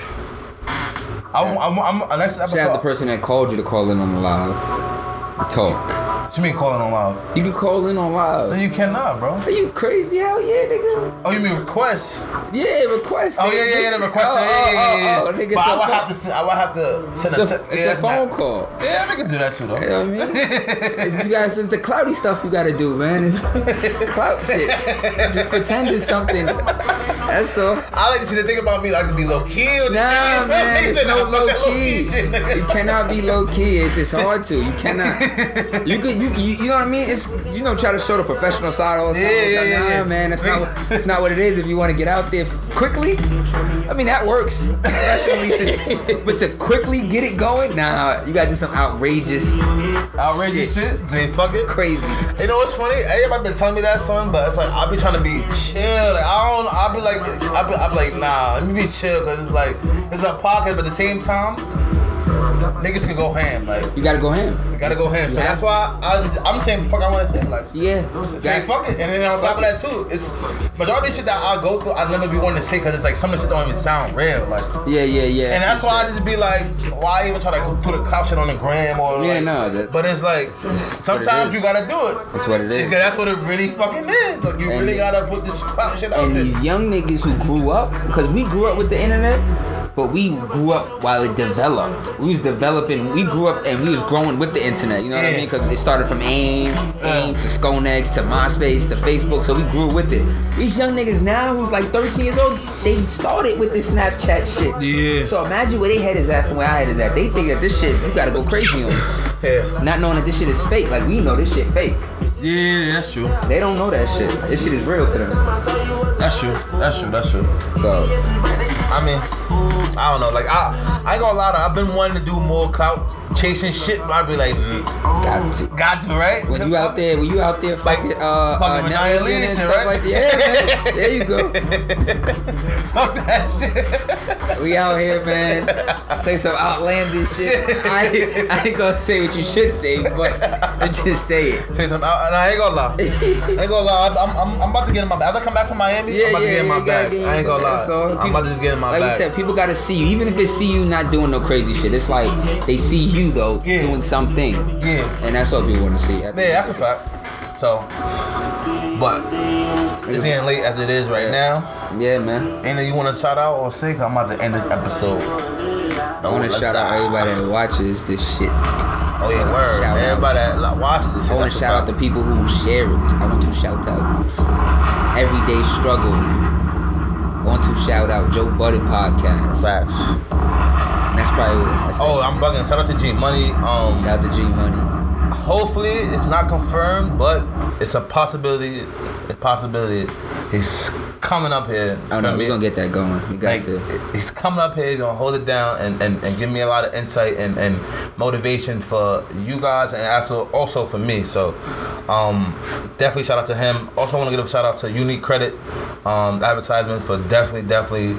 Speaker 1: I'm I'm, I'm, uh, next
Speaker 3: Shout out the
Speaker 1: episode.
Speaker 3: person that called you to call in on the live. and Talk.
Speaker 1: What you mean calling on live?
Speaker 3: You can call in on
Speaker 1: No,
Speaker 3: live.
Speaker 1: you cannot, bro.
Speaker 3: Are you crazy? Hell yeah, nigga.
Speaker 1: Oh, you mean request?
Speaker 3: Yeah, request.
Speaker 1: Oh yeah, yeah, yeah. The request.
Speaker 3: Oh,
Speaker 1: yeah, yeah, yeah, yeah.
Speaker 3: oh, oh, oh, nigga,
Speaker 1: but
Speaker 3: so
Speaker 1: I would
Speaker 3: fuck-
Speaker 1: have to. Send, I would have to send
Speaker 3: It's a,
Speaker 1: a. tip.
Speaker 3: it's
Speaker 1: yeah,
Speaker 3: a
Speaker 1: that's
Speaker 3: phone
Speaker 1: not-
Speaker 3: call.
Speaker 1: Yeah, we can do that too, though.
Speaker 3: You know what I mean? it's, you guys, it's the cloudy stuff you gotta do, man. It's, it's clout shit. Just pretend it's something. That's all.
Speaker 1: I like to see the thing about me. I like to be low key. with the
Speaker 3: Nah,
Speaker 1: shit.
Speaker 3: man, it's
Speaker 1: Said
Speaker 3: no
Speaker 1: I'm
Speaker 3: low
Speaker 1: fucking
Speaker 3: key.
Speaker 1: shit, nigga.
Speaker 3: You cannot be low key. It's, it's hard to. You cannot. You could. You, you you know what I mean? It's you know try to show the professional side all the time.
Speaker 1: Yeah, yeah,
Speaker 3: Like,
Speaker 1: yeah,
Speaker 3: nah,
Speaker 1: yeah.
Speaker 3: man, that's not. what- That's not what it is. If you want to get out there quickly, I mean that works professionally, to, but to quickly get it going, nah, you gotta do some outrageous,
Speaker 1: Outrageous shit. Then fuck it.
Speaker 3: crazy.
Speaker 1: You know what's funny? Everybody been telling me that, son, but it's like I be trying to be chill. Like, I don't. I be like, I be, I be like, nah. Let me be chill, cause it's like it's a pocket, but at the same time, niggas can go ham. Like
Speaker 3: You gotta go ham.
Speaker 1: you gotta go ham. So that's why I'm, I'm saying fuck. I want to say like.
Speaker 3: Yeah.
Speaker 1: Say fuck it, and then on top of that too, it's majority of shit that I go through. I never be wanting to say because it's like some of the shit don't even sound real, like,
Speaker 3: Yeah, yeah, yeah.
Speaker 1: and that's why I just be like, why even try to go through the cop shit on the gram or
Speaker 3: Yeah,
Speaker 1: like,
Speaker 3: no, that-
Speaker 1: but it's like sometimes
Speaker 3: is.
Speaker 1: you gotta do it.
Speaker 3: That's what it is.
Speaker 1: Because that's what it really fucking is. Like you
Speaker 3: And-
Speaker 1: really gotta put this clout shit out
Speaker 3: and
Speaker 1: there.
Speaker 3: these young niggas who grew up, because we grew up with the internet, but we grew up while it developed. We was developing, we grew up and we was growing with the internet. You know what I
Speaker 1: Yeah.
Speaker 3: mean? Because it started from AIM, AIM to Skonex to MySpace to Facebook, so we grew with it. These young niggas now who's like 13 years old, they started with the Snapchat shit.
Speaker 1: Yeah.
Speaker 3: So imagine where they head is at from where I head is at. They think that this shit, you gotta go crazy on it.
Speaker 1: Yeah,
Speaker 3: Not knowing that this shit is fake. Like, we know this shit fake.
Speaker 1: yeah, that's true.
Speaker 3: They don't know that shit. This shit is real to them.
Speaker 1: That's true. That's true. That's true.
Speaker 3: So.
Speaker 1: I mean, I don't know. Like I, I ain't gonna lie. To, I've been wanting to do more clout chasing shit, but I'd be like, mm,
Speaker 3: Got to.
Speaker 1: got to right.
Speaker 3: When you out there, when you out there fucking
Speaker 1: Like,
Speaker 3: uh,
Speaker 1: fucking with
Speaker 3: uh Nelly
Speaker 1: Nia Lee and shit,
Speaker 3: stuff
Speaker 1: right?
Speaker 3: like that. Yeah, man. There you go.
Speaker 1: Fuck that shit.
Speaker 3: We out here, man. Say some outlandish shit. I, ain't- I ain't gonna say what you should say, but just say it.
Speaker 1: Say some, I, and I ain't gonna lie. I ain't gonna lie. I'm, I'm, I'm about to get in my bag. As I come back from Miami,
Speaker 3: Yeah,
Speaker 1: I'm about
Speaker 3: yeah,
Speaker 1: to get in
Speaker 3: yeah,
Speaker 1: my
Speaker 3: you gotta
Speaker 1: bag.
Speaker 3: get in
Speaker 1: I ain't
Speaker 3: your
Speaker 1: gonna
Speaker 3: bag.
Speaker 1: lie.
Speaker 3: So
Speaker 1: I'm
Speaker 3: people-
Speaker 1: about to just get in my
Speaker 3: Like
Speaker 1: bag.
Speaker 3: you said, people gotta see you. Even if they see you not doing no crazy shit, it's like they see you though
Speaker 1: Yeah.
Speaker 3: doing something,
Speaker 1: yeah,
Speaker 3: and that's what people want to see. I think
Speaker 1: yeah, that's a fact. So, but it's getting late as it is right now.
Speaker 3: yeah, man.
Speaker 1: Anything you want to shout out or say? 'Cause I'm about to end this episode.
Speaker 3: I want to shout out everybody that watches this shit.
Speaker 1: Oh yeah, word.
Speaker 3: Shout out.
Speaker 1: Everybody that like, watches this shit.
Speaker 3: I want
Speaker 1: that's
Speaker 3: to
Speaker 1: a
Speaker 3: shout out
Speaker 1: fact.
Speaker 3: the people who share it. I want to shout out Everyday Struggle. I want to shout out Joe Budden Podcast.
Speaker 1: facts.
Speaker 3: And That's probably what I said.
Speaker 1: Oh, I'm bugging. Shout out to G Money. Um,
Speaker 3: Shout out to G Money.
Speaker 1: hopefully it's not confirmed, but it's a possibility. A possibility. He's coming up here.
Speaker 3: Oh
Speaker 1: Feel
Speaker 3: no,
Speaker 1: me?
Speaker 3: we're gonna get that going. We got
Speaker 1: Like,
Speaker 3: to.
Speaker 1: he's coming up here. He's gonna hold it down and, and, and give me a lot of insight and, and motivation for you guys and also also for me. So, um, definitely shout out to him. Also, want to give a shout out to Unique Credit, um, advertisement for definitely definitely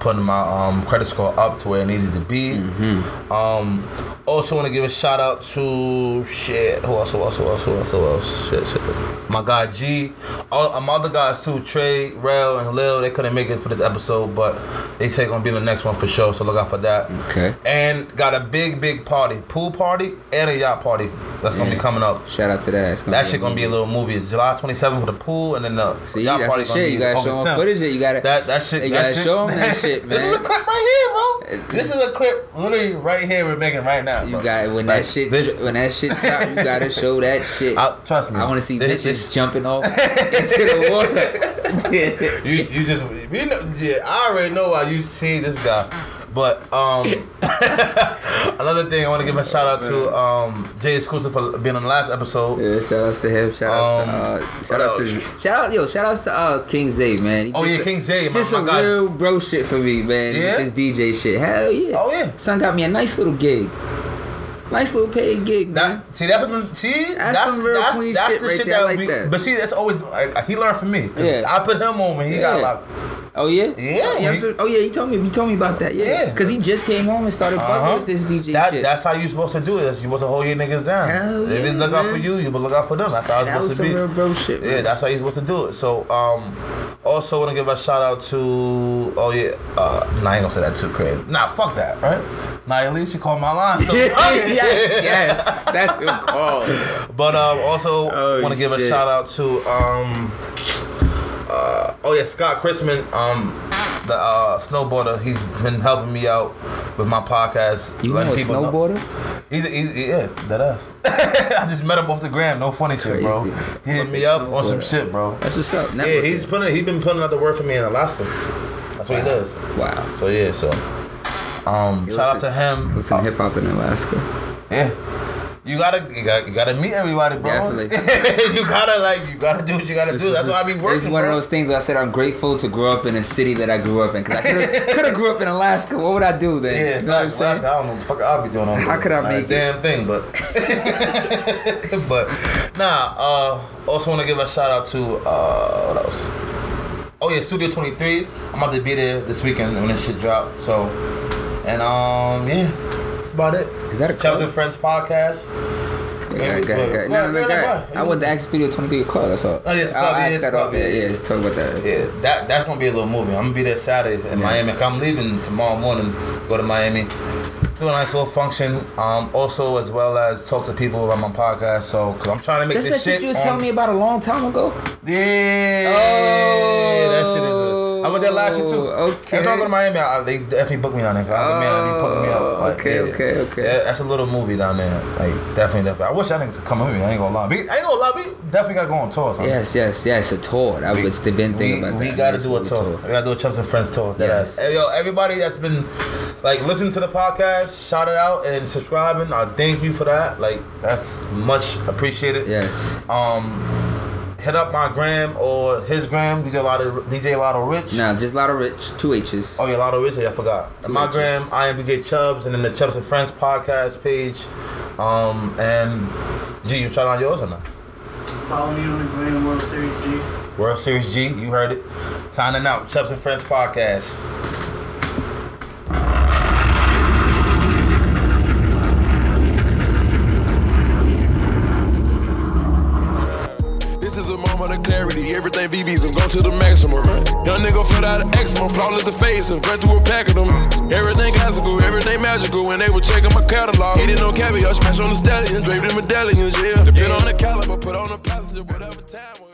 Speaker 1: putting my um, credit score up to where it needed to be.
Speaker 3: Mm-hmm.
Speaker 1: Um, also want to give a shout out to shit. Who else? Who else? Who else? Who else? Who else? Shit, shit. My guy G. All my other guys too. Trey, Rail, and Lil. They couldn't make it for this episode, but they say gonna be in the next one for sure. So look out for that.
Speaker 3: Okay.
Speaker 1: And got a big, big party, pool party, and a yacht party that's gonna
Speaker 3: Yeah.
Speaker 1: be coming up.
Speaker 3: Shout out to that. It's
Speaker 1: That shit gonna be a little movie. July 27th for the pool, and then the
Speaker 3: See,
Speaker 1: yacht
Speaker 3: that's
Speaker 1: party
Speaker 3: the
Speaker 1: gonna
Speaker 3: shit.
Speaker 1: be
Speaker 3: You gotta show
Speaker 1: August
Speaker 3: them
Speaker 1: 10th.
Speaker 3: footage. That you gotta.
Speaker 1: That that shit.
Speaker 3: You
Speaker 1: that
Speaker 3: gotta
Speaker 1: shit.
Speaker 3: show them that shit,
Speaker 1: this is a
Speaker 3: man.
Speaker 1: clip right here,
Speaker 3: It-
Speaker 1: bro. This is a clip literally right here we're making right now.
Speaker 3: You
Speaker 1: bro.
Speaker 3: got when
Speaker 1: Like,
Speaker 3: that shit
Speaker 1: This,
Speaker 3: when that shit drop, you gotta show that shit.
Speaker 1: I, trust me.
Speaker 3: I want to see
Speaker 1: this,
Speaker 3: bitches
Speaker 1: this-
Speaker 3: jumping off into the water.
Speaker 1: you, you just you know, yeah, I already know why you see this guy. But um, another thing I want to give a shout out to um, Jay Exclusive for being on the last episode.
Speaker 3: Yeah, shout outs to him. Shout outs to uh,
Speaker 1: Um,
Speaker 3: shout outs to shout out yo shout outs to uh, King Zay man. He
Speaker 1: Oh,
Speaker 3: did
Speaker 1: yeah,
Speaker 3: some-
Speaker 1: King Zay, my-
Speaker 3: Did some
Speaker 1: my guy.
Speaker 3: real bro shit for me, man.
Speaker 1: Yeah?
Speaker 3: This DJ shit. Hell yeah.
Speaker 1: Oh, yeah.
Speaker 3: Son got me a nice little gig. Nice little paid gig, man.
Speaker 1: That see that's something see that's
Speaker 3: some real
Speaker 1: that's,
Speaker 3: queen
Speaker 1: that's
Speaker 3: shit
Speaker 1: the
Speaker 3: right
Speaker 1: shit
Speaker 3: there, I
Speaker 1: that
Speaker 3: like
Speaker 1: we
Speaker 3: that.
Speaker 1: but see that's always like, he learned from me 'Cause
Speaker 3: Yeah.
Speaker 1: I put him on when he got
Speaker 3: Yeah.
Speaker 1: locked
Speaker 3: Oh yeah.
Speaker 1: Yeah,
Speaker 3: Oh yeah,
Speaker 1: he-
Speaker 3: so- oh, yeah, He told me. He told me about that. Yeah.
Speaker 1: Yeah.
Speaker 3: Cause he just came home and started bugging
Speaker 1: Uh-huh.
Speaker 3: with this DJ
Speaker 1: That,
Speaker 3: shit.
Speaker 1: that's how you supposed to do it. You supposed to hold your niggas down.
Speaker 3: Hell
Speaker 1: if
Speaker 3: yeah,
Speaker 1: they look out for
Speaker 3: man.
Speaker 1: you, you will look out for them. That's how it's
Speaker 3: That was
Speaker 1: supposed to
Speaker 3: some
Speaker 1: be.
Speaker 3: real bro shit.
Speaker 1: Yeah,
Speaker 3: Man.
Speaker 1: that's how you're supposed to do it. So, um, also want to give a shout out to. Oh yeah, uh, nah, I ain't gonna say that too crazy. Nah, fuck that, right? Nah, at least you called my line. So
Speaker 3: yes, yes. That's your call.
Speaker 1: But um, also
Speaker 3: Oh,
Speaker 1: want to give a
Speaker 3: shit.
Speaker 1: shout out to um, uh, oh yeah, Scott Chrisman, um, the uh, snowboarder. He's been helping me out with my podcast.
Speaker 3: You
Speaker 1: letting
Speaker 3: know a
Speaker 1: people know-
Speaker 3: snowboarder?
Speaker 1: He's, he's yeah, that ass. I just met him off the gram. No funny shit, bro.
Speaker 3: crazy.
Speaker 1: He hit me up on some
Speaker 3: Snowboarder.
Speaker 1: shit, bro.
Speaker 3: That's what's up.
Speaker 1: Yeah, he's putting. He's been putting out the word for me in Alaska. That's what he does.
Speaker 3: wow.
Speaker 1: So yeah, so um,
Speaker 3: Yo,
Speaker 1: shout out to
Speaker 3: listen-
Speaker 1: him.
Speaker 3: Listen, hip hop in Alaska.
Speaker 1: Yeah. You gotta, you gotta, you gotta meet everybody, bro. you gotta like, you gotta do what you gotta do. That's why I be working.
Speaker 3: It's one
Speaker 1: bro.
Speaker 3: of those things where I said I'm grateful to grow up in a city that I grew up in. Cause I could have grew up in Alaska. What would I do then?
Speaker 1: Yeah,
Speaker 3: you know what I'm
Speaker 1: facts.
Speaker 3: saying?
Speaker 1: Alaska, I don't know what the fuck I'll be doing on
Speaker 3: How could I
Speaker 1: Like,
Speaker 3: make it?
Speaker 1: damn thing, but but nah. Uh, also want to give a shout out to uh, what else? Oh yeah, Studio Twenty Three. I'm about to be there this weekend when this shit drop. So and um yeah, that's about it.
Speaker 3: Is that a
Speaker 1: Shout out to
Speaker 3: car?
Speaker 1: the Friends podcast.
Speaker 3: Yeah,
Speaker 1: Maybe-
Speaker 3: got it, got
Speaker 1: what-
Speaker 3: it. No,
Speaker 1: what-
Speaker 3: no, got
Speaker 1: what-
Speaker 3: it. I was the Action Studio 23 a club. That's all.
Speaker 1: Oh, yeah, it's a club,
Speaker 3: I'll
Speaker 1: yeah,
Speaker 3: ask
Speaker 1: it's a
Speaker 3: that off.
Speaker 1: club,
Speaker 3: Yeah,
Speaker 1: yeah.
Speaker 3: yeah. Talk about that.
Speaker 1: Yeah, that that's gonna be a little movie. I'm gonna be there Saturday in Miami. I'm leaving tomorrow morning. Go to Miami. Do a nice little function. Um, also as well as talk to people about my podcast. So, i I'm trying to make
Speaker 3: That's that
Speaker 1: this
Speaker 3: shit you was telling
Speaker 1: on-
Speaker 3: me about a long time ago.
Speaker 1: Yeah. that shit is. A, I went there last year too.
Speaker 3: Oh,
Speaker 1: Every time I
Speaker 3: okay.
Speaker 1: go to Miami, I, they definitely book me down there. 'cause I, man, they putting me
Speaker 3: Oh,
Speaker 1: up. Like,
Speaker 3: okay, okay, okay.
Speaker 1: Yeah, that's a little movie down there. Like definitely, definitely. I wish I niggas could come with me. I ain't gonna lie. We, I ain't gonna lie. We definitely gotta go on tour. Or something.
Speaker 3: Yes, yes, yes. A tour. That was the been
Speaker 1: We,
Speaker 3: thing about
Speaker 1: we
Speaker 3: that.
Speaker 1: gotta
Speaker 3: Yes,
Speaker 1: do a
Speaker 3: we
Speaker 1: tour. We gotta do a Chumps and Friends tour. That
Speaker 3: Yes.
Speaker 1: ass. Hey, yo, everybody that's been like listening to the podcast, shout it out and subscribing. I thank you for that. Like that's much appreciated.
Speaker 3: Yes.
Speaker 1: Um, hit up my gram or his gram. DJ Lotto, DJ Lotto Rich.
Speaker 3: Now, just Lotto Rich, two H's.
Speaker 1: Oh yeah, Lotto Rich. I forgot.
Speaker 3: Two
Speaker 1: my
Speaker 3: H's.
Speaker 1: gram. I am DJ Chubbs, and then the Chubbs and Friends podcast page. Um, and G, you shout out yours or not?
Speaker 4: Follow me on the Grand World Series G.
Speaker 1: World Series G. You heard it. Signing out. Chubbs and Friends podcast.
Speaker 2: This is a moment of clarity. Everything VB's and go to the maximum. Young nigga filled out an eczema, flawless the face, and ran through a pack of them. Everything classical, everything magical, and they were checking my catalog. Eating no caviar, smash on the stallions, draped in medallions, yeah. Depend on the caliber, put on the passenger, whatever time.